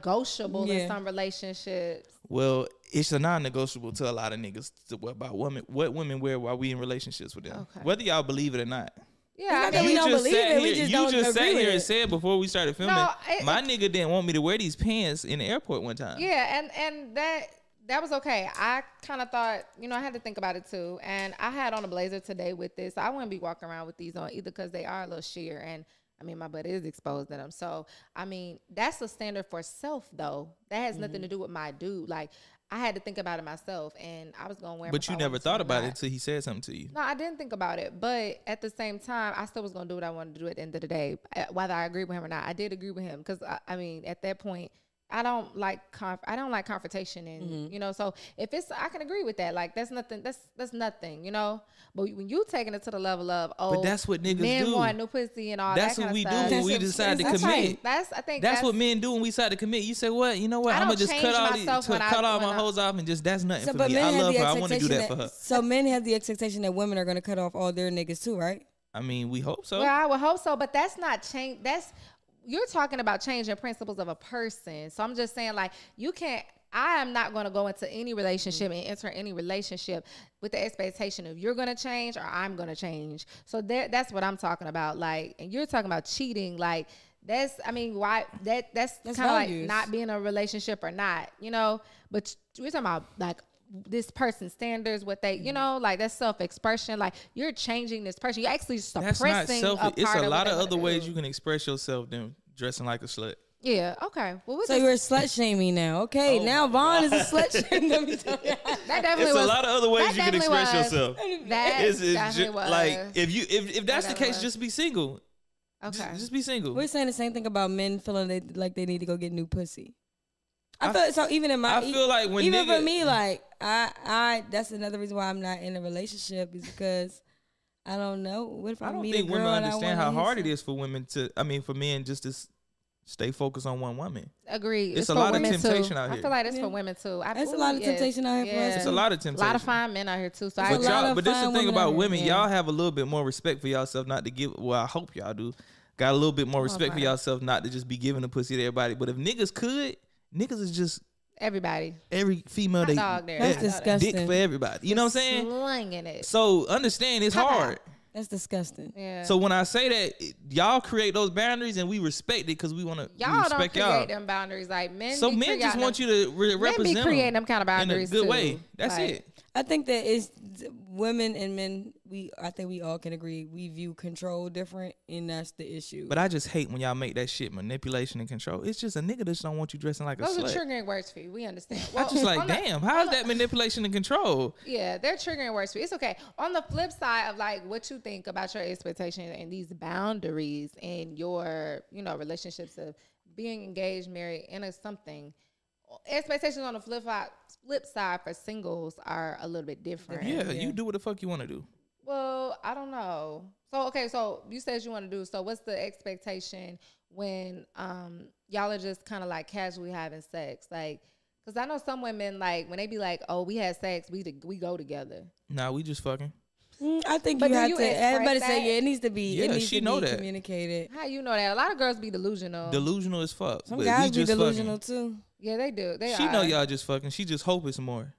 non-negotiable
Yeah.
in some relationships.
well, it's a non-negotiable to a lot of niggas to, what about women. What women wear while we in relationships with them,
Okay.
whether y'all believe it or not.
Yeah,
It's not that
I
we
mean,
don't believe
sat
it, we
Here,
just
you
don't
just sat
agree with
here and
it.
said before we started filming,
No, it-
my nigga didn't want me to wear these pants in the airport one time.
yeah, and and that that was okay. I kind of thought, you know, I had to think about it too. And I had on a blazer today with this. I wouldn't be walking around with these on either because they are a little sheer and. I mean, my butt is exposed in them. So, I mean, that's a standard for self, though. That has nothing
Mm-hmm.
to do with my dude. Like, I had to think about it myself, and I was going to wear 'em
but
if
you
I
never
wanted to
thought
or
about it
not.
until he said something to you.
No, I didn't think about it, but at the same time, I still was gonna do what I wanted to do at the end of the day, uh, whether I agree with him or not. I did agree with him because I, I mean, at that point, I don't like conf- I don't like confrontation, and you know, so if it's I can agree with that. Like that's nothing. That's that's nothing, you know. But when you taking it to the level of oh,
that's what niggas
men
do.
want new pussy and all
That's
that.
what
kind
we
of
do
stuff.
when we
That's what-
decide to
that's
commit.
right.
That's I think
That's, what men do when we decide to commit. You say what? You know what?
I
I'm gonna
don't
just
change
cut all these,
myself
to
when I-
cut all my
when I-
hoes off and just that's nothing
So,
for
but
me.
men
I
have
love
the
her. I want to do
expectation
that, for her.
So men have the expectation that women are going to cut off all their niggas too, right?
I mean, we hope so.
Well, I would hope so, but that's not change. That's you're talking about changing principles of a person. So I'm just saying, like, you can't. I am not going to go into any relationship and enter any relationship with the expectation of you're going to change or I'm going to change. So that that's what I'm talking about. Like, and you're talking about cheating. Like, that's I mean, why that that's,
That's
kind of like
values.
not being in a relationship or not, you know. But we're talking about like this person's standards, what they,
Mm-hmm.
you know, like that's self expression. Like you're changing this person. You're actually
that's
suppressing.
not selfish.
A
It's
part
a
of
lot
what
of
they
other
wanna
ways
do.
you can express yourself than dressing like a slut.
Yeah. Okay. Well, we
So
just-
you're slut shaming now. Okay,
Oh
now
my
Vaughn is a
<laughs>
slut shamer.
that definitely
It's
was
a lot of other ways
that
you can
definitely
express
was-
yourself.
That
It's, it's
definitely
ju-
was
like if you if, if that's the
That
case,
was.
just be single.
okay.
Just, just be single.
We're saying the same thing about men feeling they, like they need to go get new pussy. I, feel so. Even in my,
I feel like when
even
nigga-
for me, like I, I that's another reason why I'm not in a relationship is because I don't know. What if I,
I don't
meet
think
a girl
women
and I
understand how
wanna hit
hard it
some-
is for women to. I mean, for men just to s- stay focused on one woman.
Agreed.
It's a
for
lot of
women, too.
temptation out
I
here.
feel like it's
Yeah.
for women too. I,
That's a
ooh,
lot of
yes.
temptation out here for us
It's a
too.
lot of
A
temptation.
lot of fine men out here too. So I
But
There's a lot
y'all,
of
but this is the
fine
thing
women
about
out here,
women.
yeah.
Y'all have a little bit more respect for yourself not to give. Well, I hope y'all do. Got a little bit
Oh,
more respect for
fine.
yourself not to just be giving the pussy to everybody. But if niggas could, niggas is just
everybody.
every female
Hot
they
dog there.
That's
yeah,
disgusting.
dick for everybody. You know what I'm saying?
Slinging it.
So understand it's
Pop out.
hard.
That's disgusting.
Yeah.
So when I say that, it- y'all create those boundaries and we respect it because we want to
y'all don't
respect
create
y'all.
them boundaries like men.
So
be
men just
creating
want
them-
you to re-
men
represent
be creating them kind of
in a
boundaries
good
too.
way. That's
Like,
it.
I think that it's women and men. We I think we all can agree we view control different, and that's the issue.
But I just hate when y'all make that shit manipulation and control. It's just a nigga that just don't want you dressing like a
Those are
slut.
triggering words for you. We understand.
I just like,
on the-
damn, how is that manipulation and control?
Yeah, they're triggering words for you. It's okay. On the flip side of like what you think about your expectation and these boundaries and your, you know, relationships of being engaged, married, and a something. Expectations on the flip side, flip side for singles are a little bit different.
Yeah,
Yeah.
you do what the fuck you want to do.
Well, I don't know. So okay, so you said you want to do. So what's the expectation when um y'all are just kind of like casually having sex, like? Cause I know some women like when they be like, "Oh, we had sex, we to- we go together."
Nah, we just fucking.
Mm, I think
But
you
do
have
you
to.
express
Everybody
that?
say yeah. It needs to be. it
Yeah,
needs
she
to
know
be
that.
communicated.
How you know that? A lot of girls be delusional.
Delusional as fuck.
Oh. Some
but we
guys be
just
delusional too.
yeah, they do. They
Fucking. She know
are.
y'all just fucking. She just hope it's more.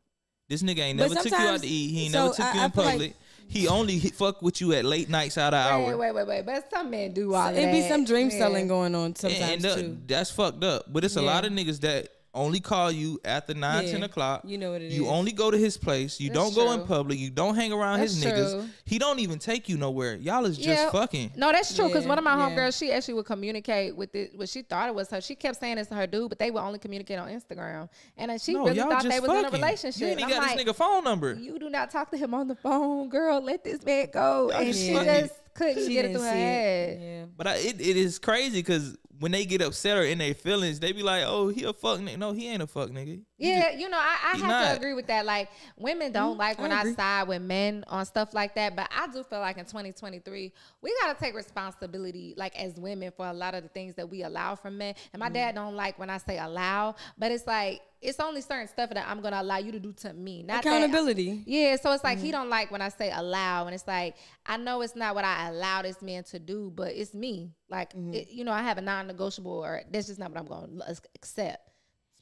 This nigga ain't
But
never took you out
sometimes-
to eat. He ain't
so
never took
I-
you
I
in
feel like-
public. he only hit fuck with you at late nights out of
Wait,
hour.
wait, wait, wait. But some men do all
It'd be
that.
some dream
Yeah.
selling going on
And
sometimes
that-
too.
that's fucked up. But it's a
Yeah.
lot of niggas that only call you after nine,
Yeah.
ten o'clock.
You know what it is.
You only go to his place. You don't
That's
go in
true.
public. You don't hang around his
That's
niggas.
true.
He don't even take you nowhere. Y'all is just
Yeah.
fucking.
No, that's true. Because
Yeah,
one of my
yeah.
homegirls, she actually would communicate with it. What she thought it was her. She kept saying it's her dude, but they would only communicate on Instagram. And then she
no,
really
y'all
thought
just
they was
fucking.
in a relationship.
You ain't
And
even
I'm
got
like,
this nigga phone number.
you do not talk to him on the phone, girl. Let this man go.
Y'all
and
just
she
fucking.
just couldn't
She
get it
didn't
through her
see it.
head.
Yeah.
But I, it, it is crazy because when they get upset or in their feelings, they be like, "Oh, he a fuck nigga." No, he ain't a fuck nigga. He
Yeah,
just-
you know, I, I
he
have
not.
to agree with that. Like, women don't like when
Mm, I
I,
agree.
side with men on stuff like that. But I do feel like in 2023, we gotta take responsibility, like as women, for a lot of the things that we allow from men. And my dad
Mm-hmm.
don't like when I say allow, but it's like it's only certain stuff that I'm gonna allow you to do to me. Not that-
Accountability.
yeah, so it's like he don't like when I say allow, and it's like I know it's not what I allow this man to do, but it's me. Like it, you know, I have a non-negotiable, or that's just not what I'm going to accept,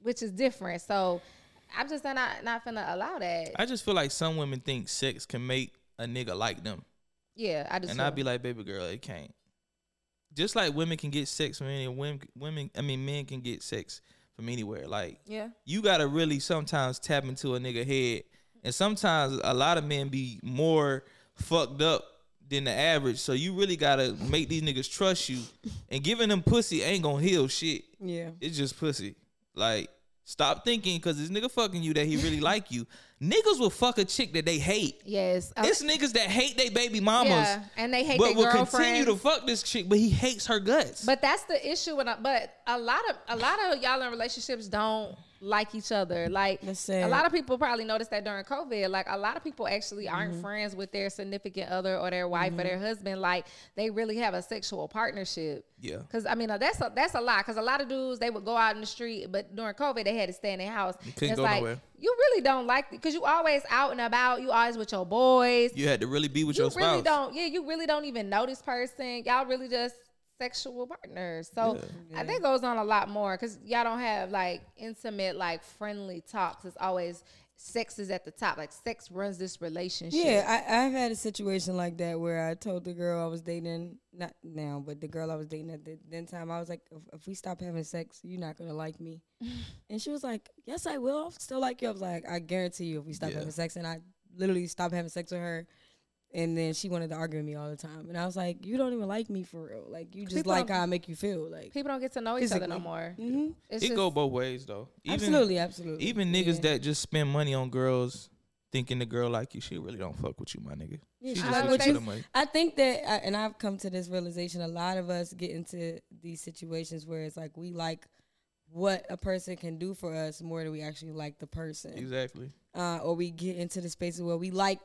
which is different. So I'm just not not finna allow that.
I just feel like some women think sex can make a nigga like them,
yeah, I just
and I'd be like, "Baby girl, it can't." Just like women can get sex from any women, women I mean men can get sex from anywhere. Like
yeah,
you gotta really sometimes tap into a nigga head, and sometimes a lot of men be more fucked up than the average. So you really gotta make these niggas trust you, and giving them pussy ain't gonna heal shit.
Yeah.
It's just pussy. Like stop thinking because this nigga fucking you that he really like you. Niggas will fuck a chick that they hate.
yes, I-
It's niggas that hate they baby mamas,
Oh. yeah, and they hate their
but will
girlfriends.
continue to fuck this chick, but he hates her guts.
But that's the issue. When I, but a lot of a lot of y'all in relationships don't like each other. Like
That's sad.
a lot of people probably noticed that during COVID. Like a lot of people actually aren't
Mm-hmm.
friends with their significant other or their wife or their husband. Like they really have a sexual partnership.
yeah,
Cause I mean uh, that's a, that's a lot. Cause a lot of dudes they would go out in the street, but during COVID they had to stay in their house.
couldn't
it's
go
like
nowhere.
you really don't like because you always out and about. You always with your boys
you had to really be with
you
your spouse.
really don't yeah you really don't even know this person y'all really just sexual partners so i think it goes on a lot more because y'all don't have like intimate like friendly talks it's always sex is at the top like sex runs this relationship
Yeah, I, I've had a situation like that where I told the girl I was dating, not now, but the girl I was dating at the then time, I was like, if, if we stop having sex, you're not gonna
<laughs>
like me. and she was like, Yes, I will. Still like you. I was like, I guarantee you, if we stop
Yeah.
having sex, and I literally stopped having sex with her. And then she wanted to argue with me all the time, and I was like, "You don't even like me for real. Like you just
People
like
don't-
how I make you feel. Like,
people don't get to know each other no
Physically.
more
hmm
it's
it go both ways though. Even-
absolutely, absolutely.
Even niggas
Yeah.
that just spend money on girls, thinking the girl like you, she really don't fuck with you, my nigga. she
Yeah, she
just
like
looks
what
for
you-
the money.
I think that, I, and I've come to this realization. A lot of us get into these situations where it's like we like what a person can do for us more than we actually like the person,
Exactly.
uh, or we get into the spaces where we like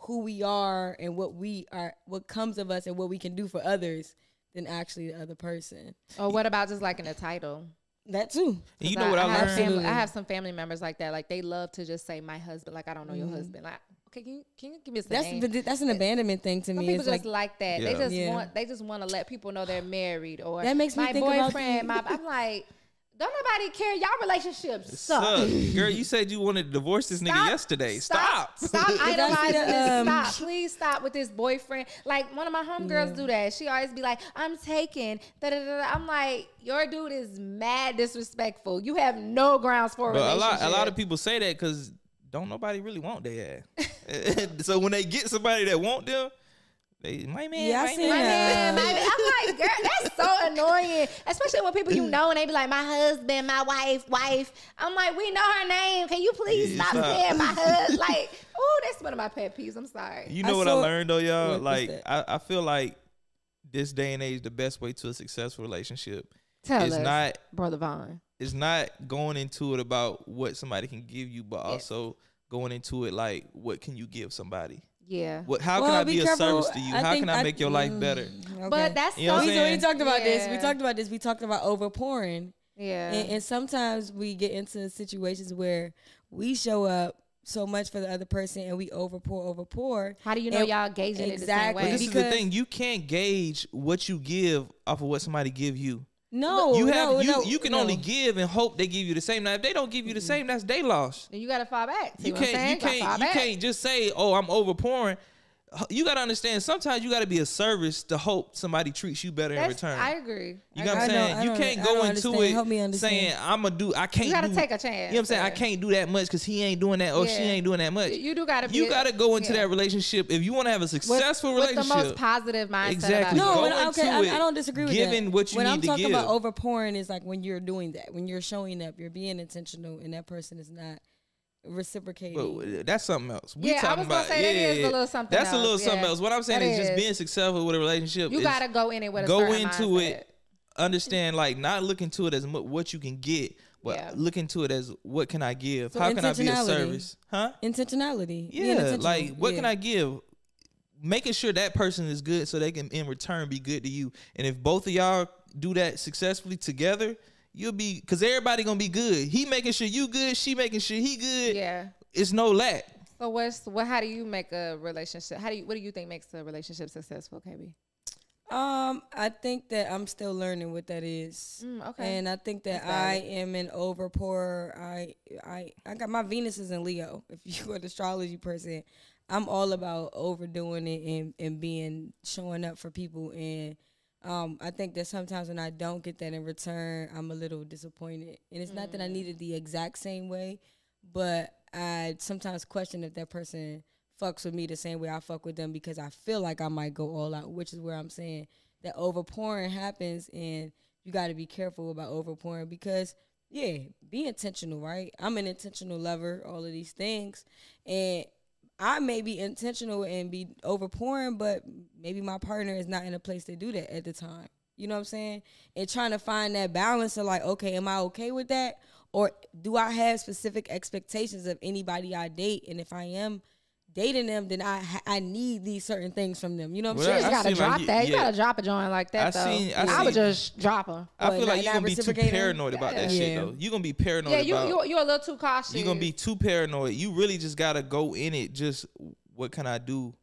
who we are and what we are, what comes of us, and what we can do for others than actually the other person.
or Oh, what about just like in the title
That too.
And you
'Cause
know what I,
have
learned?
family, I
Absolutely.
have some family members like that like they love to just say my husband like i don't know your husband like okay can you, can you give me a
Mm-hmm. That's
name?
but th- that's an abandonment thing to
Some
me.
people
It's
just
like
like, that. They
Yeah.
just
Yeah.
want they just want to let people know they're married or
That makes me
my
think about
boyfriend.
you.
my I'm like, don't nobody care. Y'all relationships suck.
Suck. Girl, you said you wanted to divorce this nigga
Stop.
yesterday. Stop.
<laughs>
Stop
I see the,
idolizing this.
um,
Stop. Please stop with this boyfriend. Like one of my homegirls do that. She always be like, I'm taken. Da, da, da, da. I'm like, your dude is mad disrespectful. You have no grounds for a
But a
relationship.
lot, a lot of people say that because don't nobody really want their ass. <laughs> so when they get somebody that want them, they my man,
Yeah, I
my
seen
man.
that.
Man, my- I'm like, girl, that's so annoying. Especially
<clears throat>
when people you know and they be like, my husband, my wife, wife. I'm like, we know her name. Can you please
Yeah,
stop
stop.
saying
<laughs>
my husband? Like, oh, that's one of my pet peeves. I'm sorry.
You know
I
what I
saw-
learned though, y'all.
What was
like
that?
I, I feel like this day and age, the best way to a successful relationship
Tell
is
us,
not
brother Vaughn.
it's not going into it about what somebody can give you, but
Yes.
also going into it like what can you give somebody?
Yeah.
What how
Well,
can I be, a
careful.
service to you?
I
how
think
can I
I-
make your life
Mm,
better?
okay.
But that's
You know what
so
I'm
we
saying?
already talked about this. We
Yeah.
talked about this. We talked about overpouring.
Yeah.
And, and sometimes we get into situations where we show up so much for the other person and we overpour, overpour.
How do you know
and-
y'all gauging
Exactly.
But
it
this
the same
is
way?
the
because-
thing: you can't gauge what you give off of what somebody give you.
Oh, No,
you have
no,
you,
no,
you can
no.
only give and hope they give you the same. Now, if they don't give you the same, that's they loss.
Then you gotta fall back. See
You
what I'm
can't you
saying? Gotta fall
can't you
back.
can't just say, "Oh, I'm overpouring." Uh, You gotta understand. Sometimes you gotta be a service to hope somebody treats you better in
That's-
return.
I agree.
you
I
know what I'm
agree.
I don't-
saying?
I
You
don't-
can't
I
go
don't
into
understand.
it
Help me understand.
saying, "I'm gonna do." I can't.
You gotta
do-
take a chance.
You know what I'm saying? I
yeah.
can't do that much because he ain't doing that or she
Yeah.
ain't doing that much.
You- You do gotta. Be
You gotta go into
yeah.
that relationship if you want to have a successful
with the
relationship.
most positive mindset.
Exactly.
About
No,
Go
it.
when, I-
into
okay, I,
it
I don't disagree with that.
giving what you
when
need
I'm
to
talking about
give.
overpouring is like when you're doing that, when you're showing up, you're being intentional, and that person is not reciprocating.
But that's something else. We
Yeah, I
talking
was gonna
about
say that
yeah,
is a little something
That's a
else,
little something
yeah.
else. What I'm saying
That
is just
is.
being successful with a relationship.
you
is
gotta go in it with a
go
certain
into
mindset.
it, understand like not looking to it as mu- what you can get, but
Yeah.
looking to it as what can I give?
So
How can I be a
intentionality.
service? Huh?
intentionality. being
Yeah,
intentional,
like what can
yeah.
I give? Making sure that person is good so they can in return be good to you. And if both of y'all do that successfully together, you'll be cause everybody gonna be good. He making sure you good, she making sure he good.
Yeah.
It's no lack.
So what's what? How do you make a relationship? How do you? What do you think makes a relationship successful, KB?
Um, I think that I'm still learning what that is.
Mm, okay.
And I think that
That's
I
valid.
am an overpour. I I I got my Venus is in Leo. <laughs> If you're an astrology person, I'm all about overdoing it and, and being showing up for people and um, I think that sometimes when I don't get that in return, I'm a little disappointed. And it's not that
Mm.
I need it the exact same way, but I sometimes question if that person fucks with me the same way I fuck with them because I feel like I might go all out, which is where I'm saying that overpouring happens and you got to be careful about overpouring because yeah, be intentional, right? I'm an intentional lover, all of these things, and I may be intentional and be overpouring, but maybe my partner is not in a place to do that at the time. You know what I'm saying? And trying to find that balance of like, okay, am I okay with that? Or do I have specific expectations of anybody I date? And if I am dating them, then I ha- I need these certain things from them. You know what I'm
Well,
You
saying?
just
I
gotta
seen like
drop
you-
that. You
yeah.
gotta drop a joint like that.
I
though.
seen- I
would
seen-
just drop her.
I
What,
feel
not-
like you're
not
gonna be too
reciprocating?
paranoid about that shit
Yeah.
though. You're gonna be paranoid
Yeah, you
about
you you're a little too cautious.
you're gonna be too paranoid. You really just gotta go in it. Just what can I do?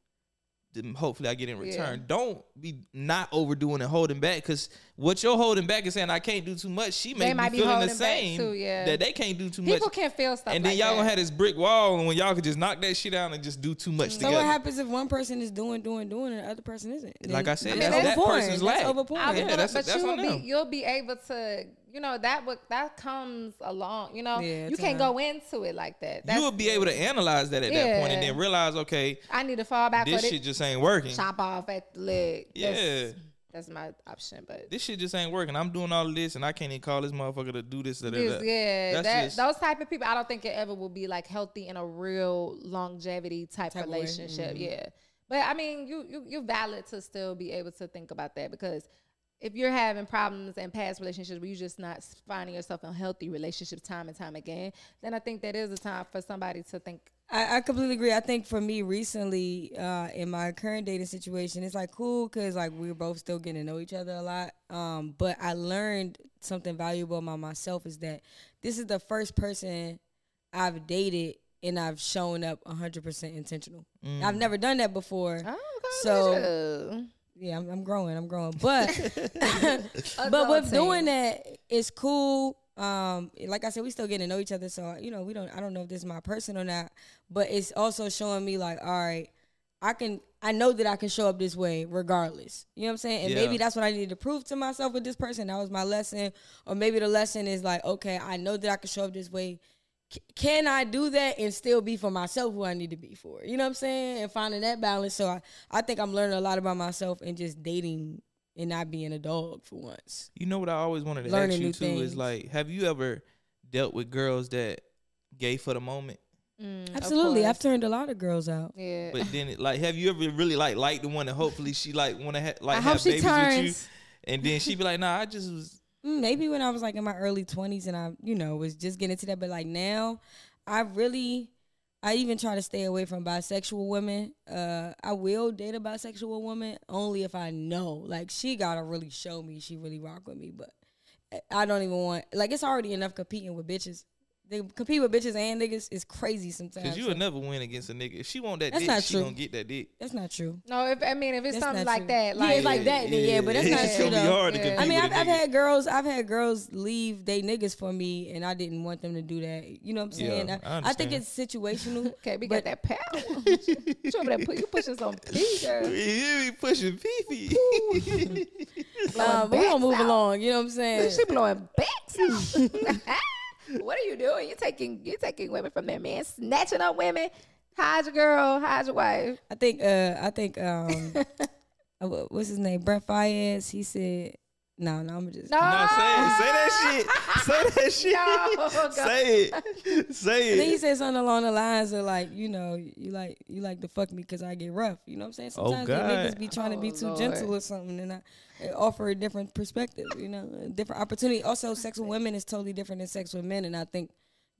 to- Hopefully, I get in
Yeah.
return. Don't be not overdoing and holding back because what you're holding back is saying I can't do too much. She may
They
be
might be
feeling the
holding back
same
too, yeah.
that they can't do too
People
much.
can feel stuff.
and then
like
y'all
that.
gonna have this brick wall, and when y'all could just knock that shit down and just do too
Mm,
much
So
together.
what happens if one person is doing, doing, doing, and the other person isn't? Then-
Like I said,
mean,
that's that
overpouring.
person's
That's
lack.
overpouring.
I was
Yeah,
gonna,
that's-
but
that's
you
on
will
them.
be you'll be able to you know that would that comes along you know
Yeah,
you can't
time.
go into it like that.
you will be able to analyze that at that point and
Yeah.
then realize, okay,
I need to fall back for
this shit
this.
just ain't working.
Chop off at the leg.
Yeah.
That's, that's my option. But
This shit just ain't working. I'm doing all of this, and I can't even call this motherfucker to do this. Da, da,
This-
da.
yeah,
That's
that,
just-
those type of people, I don't think it ever will be like healthy in a real longevity type,
Type of way.
relationship.
Mm-hmm.
Yeah, but I mean, you you you're valid to still be able to think about that because if you're having problems in past relationships where you're just not finding yourself in healthy relationships time and time again, then I think that is a time for somebody to think.
I, I completely agree. I think for me recently, uh, in my current dating situation, it's like cool because like we're both still getting to know each other a lot. Um, but I learned something valuable about myself is that this is the first person I've dated and I've shown up 100% intentional. I've never done that before.
Mm. Oh, God,
So-
look at you.
Yeah, I'm, I'm growing. I'm growing.
<laughs>
<laughs> But but with
Adulting.
doing that, it's cool. Um, like I said, we still getting to know each other, so you know, we don't. I don't know if this is my person or not, but it's also showing me like, all right, I can. I know that I can show up this way regardless. You know what I'm saying? And
Yeah.
maybe that's what I needed to prove to myself with this person. That was my lesson, or maybe the lesson is like, okay, I know that I can show up this way. C- can I do that and still be for myself who I need to be for? You know what I'm saying? And finding that balance. So I, I think I'm learning a lot about myself and just dating and not being a dog for once.
You know what I always wanted to
Learning
ask you
new
too
things.
is like, have you ever dealt with girls that gay for the moment,
Mm, of
Absolutely. I've
course.
turned a lot of girls out.
Yeah.
but then it, like, have you ever really like liked the one that hopefully she like want to ha- like
I hope
have
she
babies with you,
turns.
and then she be like, nah, I just was.
Mm, Maybe when I was like in my early 20s and I, you know, was just getting into that. But like now, I really, I even try to stay away from bisexual women. Uh, I will date a bisexual woman only if I know. Like she got to really show me she really rock with me. But I don't even want. Like it's already enough competing with bitches. They compete with bitches and niggas is crazy sometimes.
Cause you
so
would never win against a nigga. If she want that
That's
dick,
not
she
true.
gonna get that
<laughs>
dick.
that's not true.
No, if I mean if it's
That's
something
not
like
true.
that,
Yeah,
like
it's like that, then yeah, but that's not
It's
true,
gonna be
though.
hard to
Yeah.
compete
I mean,
with
I've,
a
I've
nigga.
had girls, I've had girls leave they niggas for me, and I didn't want them to do that. You know what I'm
Yeah,
saying?
I
I, I think
understand.
it's situational.
okay, we
but-
got that power. <laughs> you over there pu- you pushing some pee,
<laughs>
girl.
You be pushing <laughs> pee
Blowing
Uh, but we gonna
backs
move
out.
along. You know what I'm saying?
<laughs> She blowing backs. out. <laughs> what are you doing? You taking you taking women from their men, snatching up women. Hide your girl, hide your wife.
I think uh I think um uh, wha- what's his name? Brett Fayez, he said no, no, I'm just
No,
No, say it. Say that shit. Say
<laughs>
that shit. <laughs>
No, God.
say it.
I
Say
think he
it.
said something along the lines of like, you know, you like you like to fuck me because I get rough. You know what I'm saying?
Oh,
Sometimes the
God.
niggas be trying to be
Oh,
too
Lord.
gentle or something, and I it offer a different perspective. You know, a different opportunity. Also, sex with women is totally different than sex with men, and I think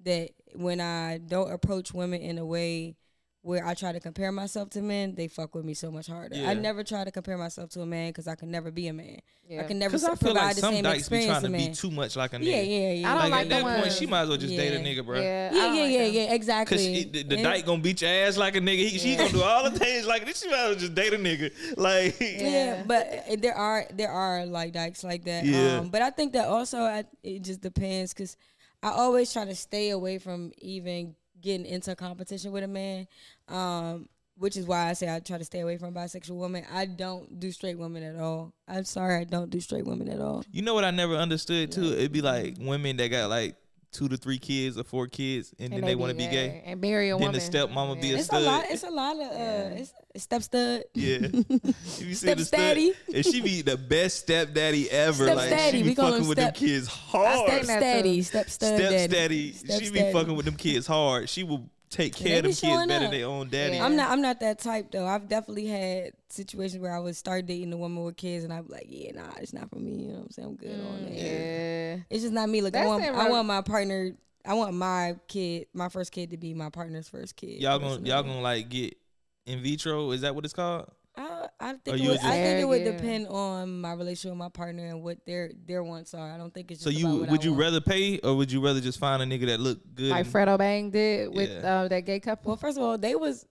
that when I don't approach women in a way where I try to compare myself to men, they fuck with me so much harder.
Yeah.
I never try to compare myself to a man because I can never be a man.
Yeah.
I can never
Cause I
s-
feel
provide
like
the
some
same
dykes be
experience
trying
to
to be
man.
too much like a nigga.
yeah, yeah, yeah.
I don't
Like,
like
at
the
that point,
ones-
she might as well just date a
Yeah.
nigga, bro.
I
yeah,
don't
yeah,
like
yeah,
them.
yeah, exactly.
Cause she, the, the
And-
dyke gonna beat your ass like a nigga. He, She gonna do all the things like this. She might as well just date a nigga. <laughs> Like,
Yeah,
Yeah.
but uh, there are there are like dykes like that.
Yeah.
Um, but I think that also I, it just depends because I always try to stay away from even getting into competition with a man, um, which is why I say I try to stay away from bisexual women. I don't do straight women at all. I'm sorry, I don't do straight women at all.
you know what? I never understood too. It'd be like women that got like two to three kids or four kids, and, then they, want to be gay.
and marry a
Then
woman.
the stepmama be a
It's
stud.
a lot. It's a lot of uh, it's, it's step stud.
<laughs>
<laughs>
Yeah. if you see the stud,
Stepdaddy.
and she be the best stepdaddy ever. like she
Stepdaddy,
be
we call
fucking
him
with
step-
them kids
Step
hard.
that
steady,
too.
step stud,
Step
daddy.
daddy,
Step
she be
steady.
fucking with them kids hard. She will take care of
They
them
be
kids
showing
better
up.
than their own daddy.
Yeah.
I'm not. I'm not that type though. I've definitely had situations where I would start dating a woman with kids, and I'd be like, "Yeah, nah, it's not for me." You know what I'm saying? I'm good on that.
Mm, yeah.
It's just not me. Like I
That's
want,
in
I
re-
want my partner. I want my kid, my first kid, to be my partner's first kid.
Y'all gonna y'all
personally.
gonna like get in vitro? Is that what it's called?
I, I
Or
think it
you
would,
just-
I think it would
Yeah.
depend on my relationship with my partner and what their their wants are. I don't think it's just
So you
about what I
would you
want.
rather pay or would you rather just find a nigga that look good?
Like
and-
Fredo Bang did with
Yeah.
uh, that gay
Well,
couple.
first of all, they was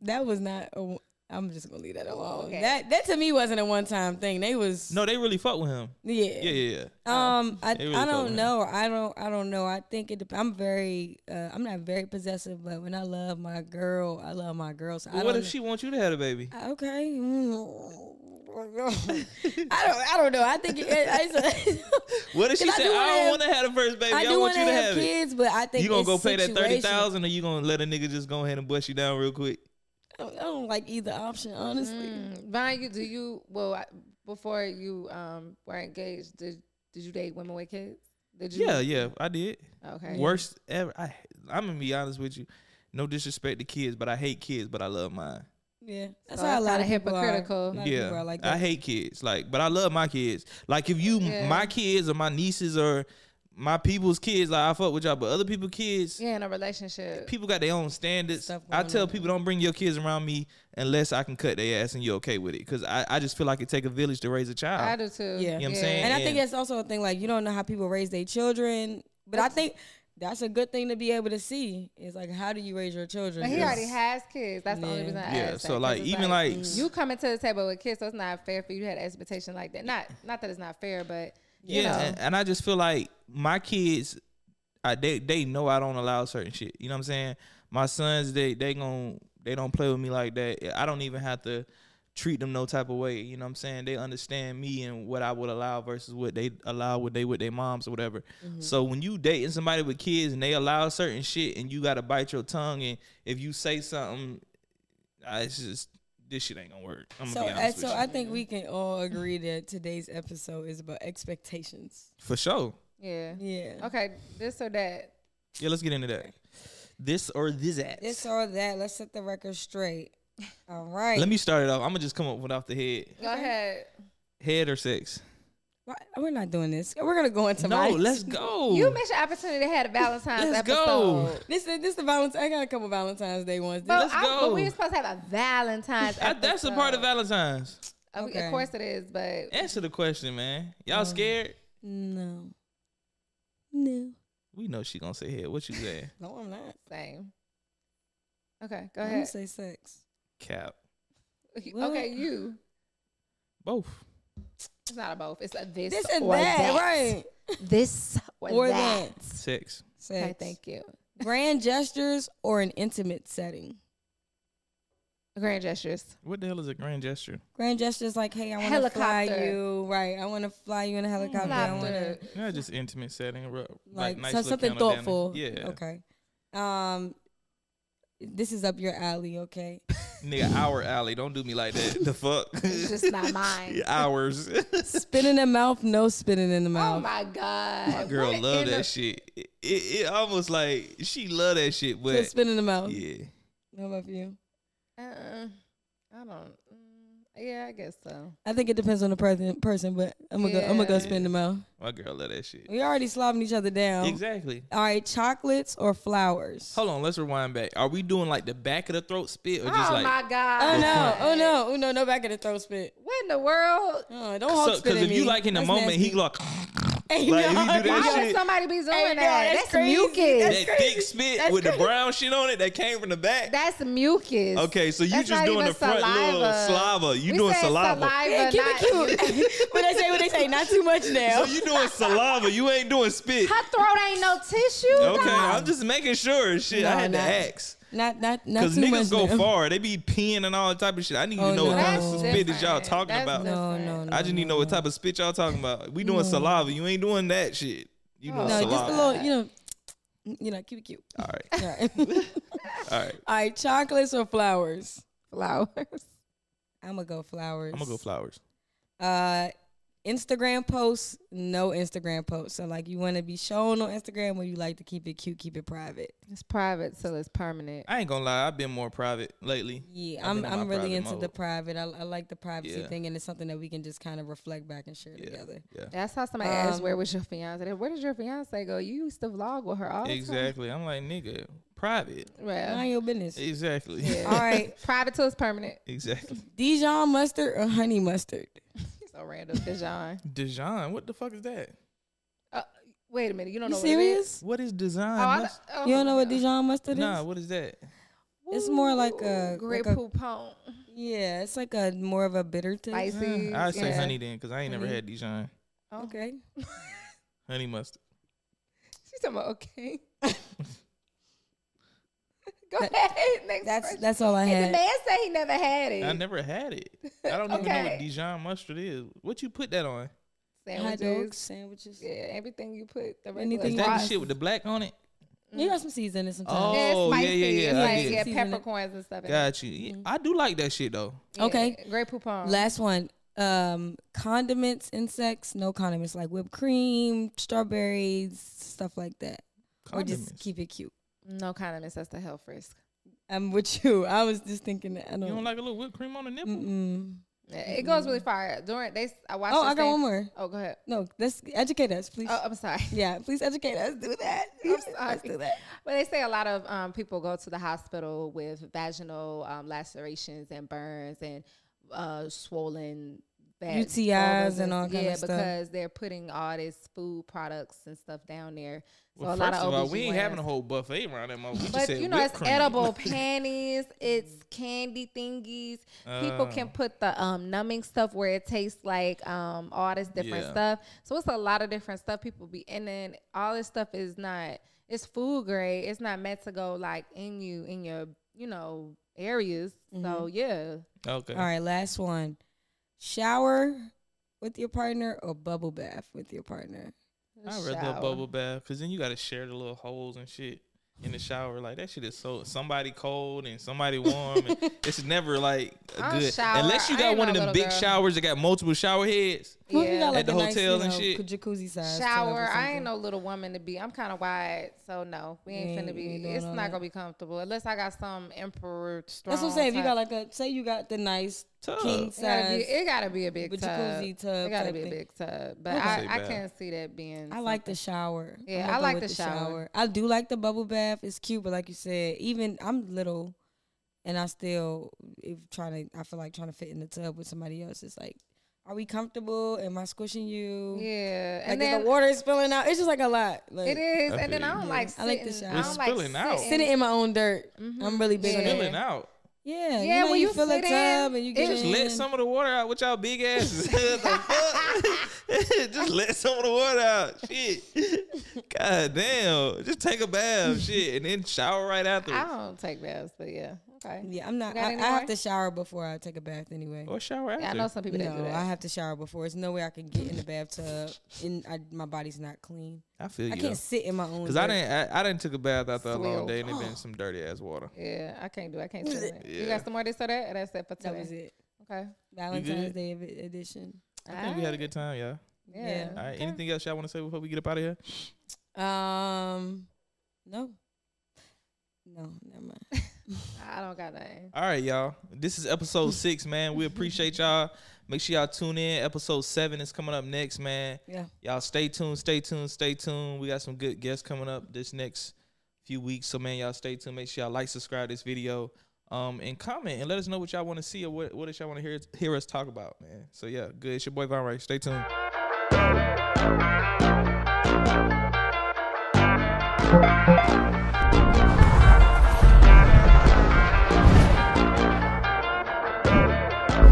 that was not. A, I'm just gonna leave that alone.
Oh, okay.
That that to me wasn't a one time thing. They was
no, they really fuck with him. Yeah, yeah, yeah.
Um, I,
They really
I
fuck with
don't
him.
know. I don't I don't know. I think it. dep- I'm very. Uh, I'm not very possessive, but when I love my girl, I love my girl. So I
But what
don't
if she wants you to have a baby?
kn- I- okay.
<laughs>
Mm. I don't. I don't know. I think. It, I,
What if she
'Cause I
said,
do wanna
"I don't
have-
want to have the first baby.
<laughs> I
I,
do
want
want to
you to
have,
have it"?
kids, but I think
You gonna
it's
go pay that thirty
situational.
thousand, or you gonna let a nigga just go ahead and bust you down real quick?
I don't, I don't like either option, honestly.
Mm. Vine, you do you well I, before you um were engaged? Did did you date women with kids? Did you?
Yeah, yeah, I did.
Okay.
Worst ever. I I'm gonna be honest with you. No disrespect to kids, but I hate kids, but I love mine.
Yeah, that's
So
how a
that's
lot
kinda
of people
hypocritical.
Are. A lot of
yeah,
people are like
I
that.
hate kids, like, but I love my kids. Like, if you,
Yeah.
my kids or my nieces or my people's kids, like, I fuck with y'all, but other people's kids,
Yeah, in a relationship.
people got their own standards.
Stuff
I
going
tell
on.
people don't bring your kids around me unless I can cut their ass and you're okay with it, because I, I just feel like it take a village to raise a child.
I do too.
Yeah. You know
uh, what I'm saying?
And I think
And-
that's also a thing. Like you don't know how people raise their children, but I think that's a good thing to be able to see. Is like how do you raise your children?
But he already
Yes.
has kids. That's the only
Yeah.
reason I
yeah,
asked that,
so
'cause
like,
it's
even like,
you coming to the table with kids, so it's not fair for you to have an expectation like that. Not not that it's not fair, but you
yeah,
know.
and, and I just feel like my kids, I they they know I don't allow certain shit. You know what I'm saying? My sons, they they gon' they don't play with me like that. I don't even have to treat them no type of way. You know what I'm saying? They understand me and what I would allow versus what they allow what they with their moms or whatever.
Mm-hmm.
So when you dating somebody with kids and they allow certain shit and you gotta bite your tongue and if you say something, I, it's just this shit ain't gonna work. I'm
So,
gonna be
uh,
honest
so
with you.
I think we can all agree that today's episode is about expectations.
For sure.
yeah.
Yeah.
Okay, this or that.
Yeah, let's get into that. This or this at.
This or that. Let's set the record
<laughs>
straight. All right.
Let me start it off. I'm gonna just come up with off the head.
Go ahead.
Head or sex?
Why- We're not doing this. We're gonna go into
No,
my-
let's go.
You missed your opportunity to have a Valentine's
Let's go.
episode.
This is this the Valentine's. I got a couple Valentine's Day ones. This-
But,
Let's
I,
go.
but we were supposed to have a
<laughs>
Valentine's.
I- that's a part of
episode. Uh,
Valentine's.
Of-
Okay.
Of course it is, but
Um,
Answer the question, man. Y'all scared?
No. No.
We know she gonna say here. What you saying?
No, I'm not.
Same. Okay, go
I'm gonna
ahead.
say sex.
Cap.
Okay,
What?
you.
Both.
It's not a both. It's a this,
This and
or
that,
that,
right? <laughs>
This or,
Or
that.
that.
Sex.
Sex.
Okay, thank you.
Grand gestures or an intimate setting.
Grand gestures.
What the hell is a grand gesture?
Grand gestures like, hey, I want to fly
Helicopter. Mm,
you, right? I want to fly you in a helicopter. I want to
Laughter.
Not just intimate setting. ru-
like,
nice
so-
little
something
countdown.
thoughtful.
Yeah.
Okay. Um, this is up your
<laughs>
alley, okay?
Nigga, our alley. Don't do me like that. the fuck. <laughs>
It's just not mine.
<laughs>
Ours.
spit in the mouth, no spitting in the
Oh
mouth.
my god.
My girl
What
love
in
that
the-
shit. It, it, it almost like she love that shit,
So
but
spit in the mouth.
yeah.
How about you?
Uh-uh. I don't. Mm, yeah, I guess so.
I think it depends on the person, person but I'm gonna go, I'm gonna go
Yeah.
spin the mouth.
My girl love that shit.
We already slobbing each other down.
Exactly.
All right, chocolates or flowers?
Hold on, let's rewind back. Are we doing like the back of the throat spit or just
oh
like
my god.
Oh no! Oh no! Oh no! No back of the throat spit.
What in the world?
Oh, don't hold spit
because
at
if
me.
you like in the
That's
moment,
nasty.
he like
<laughs> Hey,
like, if
no,
you do that
no.
Why
shit-
would somebody be doing
Hey, no,
that?
that's
That's,
crazy.
mucus.
That's-
that
crazy.
thick spit
That's
with the
crazy.
brown shit on it that came from the back.
That's, mucus.
okay, so you
That's
just
not
doing
even
the front little
saliva.
saliva. You
We
doing
said
saliva.
saliva
Keep
not
it cute. when they say <laughs> what they say, not too much now.
So Oh, you doing saliva. You ain't doing spit.
Her throat ain't no tissue.
Okay,
dog.
I'm just making sure. Shit, I
No,
had
no.
to ask.
not not not
Cause
too much
niggas go
now.
far. They be peeing and all type of shit. I need
Oh,
to know
no.
what type
That's
of spit is y'all
different.
talking
That's
about.
different.
No, no, no.
I just need to know what type of spit y'all talking about. We doing saliva. You ain't doing that shit. You doing
<laughs>
No,
No,
saliva.
just a little. You know, you know, keep it cute.
All right.
All
<laughs>
right. <laughs>
All right.
All right, chocolates or flowers?
flowers.
I'm gonna go flowers.
I'm gonna go flowers.
uh Instagram posts, no Instagram posts. So like you want to be shown on Instagram when you like to keep it cute, keep it private.
It's private till it's permanent.
I ain't gonna lie. I've been more private lately.
Yeah,
I've
I'm
been in my
I'm really
private
into the
mode.
private. I, I like the privacy
Yeah.
thing, and it's something that we can just kind of reflect back and share together.
Yeah.
I saw somebody ask,
Um,
"Where was your fiance? Where does your fiance go? You used to vlog with her all the
Exactly. I'm like nigga. Private.
time." Well,
Mind your business.
Exactly.
Yeah.
All right,
<laughs> private till it's permanent.
<laughs> exactly.
Dijon mustard or honey mustard?
So
<laughs>
random, Dijon.
Dijon. What the fuck is that?
Uh, wait a minute, you don't
You
know
serious?
What is
what it is? Oh, I
Dijon?
th- oh,
You don't know what
no.
Dijon mustard
nah.
is?
What is that?
It's more like
Ooh,
a-
grape
like a-
poupon,
Yeah, it's like a more of a bitter taste.
Huh,
spicy.
Uh, I say
yeah.
honey then, cause I ain't never
Honey.
had Dijon.
Oh.
Okay.
Honey mustard.
<laughs> She's talking about
<laughs>
okay. Go ahead. Next
That's
question.
that's all I
and the
had.
man said he never had it.
I never had it. I don't even know what
Okay.
Dijon mustard is. What you put that on?
Hot dogs,
Sandwiches.
sandwiches.
Yeah, everything you put. The regular
Anything
Is
Like
that
rice.
the shit with the black on it?
You got some seasoning sometimes.
Oh.
Yeah, it's
yeah,
spicy.
yeah,
It's
I
like
did.
yeah,
Season it.
peppercorns and stuff. in it.
Got you. Yeah, I do like that shit though.
Yeah,
Okay.
Great poupon.
Last one. Um, condiments and sex. No condiments like whipped cream, strawberries, stuff like that. Or just
Condiments.
keep it cute.
no condiments. That's the health risk.
I'm with you. I was just thinking that. I don't,
you don't like a little whipped cream on the nipple?
Mm-mm.
Yeah, It goes really far. During they, I watched.
Oh,
the
I got
same-
one more.
Oh, go ahead.
No, let's educate us, please.
Oh, I'm sorry.
yeah, please educate us. Do that.
<laughs> I'm
Let's
sorry.
do that.
Well, they say a lot of um, people go to the hospital with vaginal um, lacerations and burns and uh, swollen va-
UTIs
vulvas
and all kind of
yeah,
stuff.
because they're putting all this food products and stuff down there. So
Well,
a lot
first
of,
of all, we ain't
OBGYNs
having a whole buffet around that motherfucker. We just
But
said
you know,
whipped
it's
cream. <laughs>
edible panties. It's candy thingies. People
Uh.
can put the um, numbing stuff where it tastes like um, all this different
Yeah.
stuff. So it's a lot of different stuff people be and then all this stuff is not. It's food grade. It's not meant to go like in you in your you know areas.
Mm-hmm.
So yeah,
Okay.
All right, last one. Shower with your partner or bubble bath with your partner?
I rather
shower.
a bubble bath because then you got to share the little holes and shit in the shower. Like that shit is so somebody cold and somebody warm.
<laughs>
and it's never like a
I don't
good
shower.
unless you
I
got
ain't
one
no
of them
little
big
girl.
showers that got multiple shower heads.
What if you
Yeah.
got like
At the
a nice,
hotel
you
and
know,
shit.
jacuzzi size. tub or
Shower. I
something?
ain't no little woman to be. I'm kind of wide, so no, we ain't
You ain't-
finna
you ain't
be.
doing
It's
all
not
that.
gonna be comfortable unless I got some emperor. Strong
That's what I'm saying. If you
type-
got like a say, you got the nice
Tub.
king
It gotta, be,
size.
it gotta be a big
But
tub.
jacuzzi tub
It gotta
type
be a
thing.
big tub. But
Okay.
Say
I, I
bath.
can't see that being.
I like
something.
the shower.
Yeah,
I'ma
I
go
like
with
the shower.
I do like the bubble bath. It's cute, but like you said, even I'm little, and I still if trying to. I feel like trying to fit in the tub with somebody else. It's like are we comfortable? Am I squishing you?
Yeah,
Like
and
is
then
the water is spilling out. It's just like a lot. Like,
it is,
I
and then
feel
I
you.
don't like.
I
Sitting,
like the shower.
I
It's
don't like
spilling out.
Sitting in my own dirt. I'm really big on
Mm-hmm. Yeah.
that.
Spilling out.
Yeah,
Yeah,
You know,
when
you,
you
fill a
sit
tub
in,
and you
it
get
Just
in.
let some of the water out with y'all big asses. <laughs> What
<laughs>
the fuck? <laughs> just let some of the water out. Shit. God damn. Just take a bath. Shit. And then shower right
<laughs> I
after.
don't take baths, but yeah, okay.
Yeah, I'm not.
Got
I,
any
I have
more?
to shower before I take a bath anyway.
Or shower after.
Yeah, I know some people that do
No,
that.
I have to shower before. There's no way I can get in the bathtub and I, my body's not clean.
I feel you.
I can't sit in my own.
Because I
dirt.
didn't I, I didn't took a bath after a long
Swell.
day and
<gasps>
it been some dirty ass water.
yeah, I can't do. it.
<laughs>
I can't sit in it. You
Yeah.
got some more to say that, and that's it for today.
That was it.
Okay.
Valentine's Day ev- edition.
I think we had a good time, y'all.
Yeah.
All right.
okay.
Anything else y'all want to say before we get up out of here?
Um, no, no, never mind.
I don't got nothing.
All right, y'all. This is episode six, man. We appreciate y'all. Make sure y'all tune in. Episode seven is coming up next, man.
Yeah.
Y'all stay tuned, stay tuned, stay tuned. We got some good guests coming up this next few weeks. So man, y'all stay tuned. Make sure y'all like, subscribe this video, um, and comment and let us know what y'all want to see or what what else y'all want to hear hear us talk about, man. So yeah, good. It's your boy Von Ray. Stay tuned.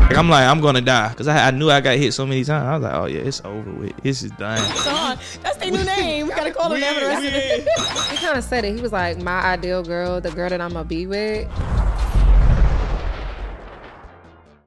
Like, I'm like, I'm gonna die because I, I knew I got hit so many times. I was like, oh yeah, it's over with. This is done.
Sean, that's their new name. We gotta call them that for the rest of the
He kind of said it. He was like, "My ideal girl, the girl that I'm gonna be with."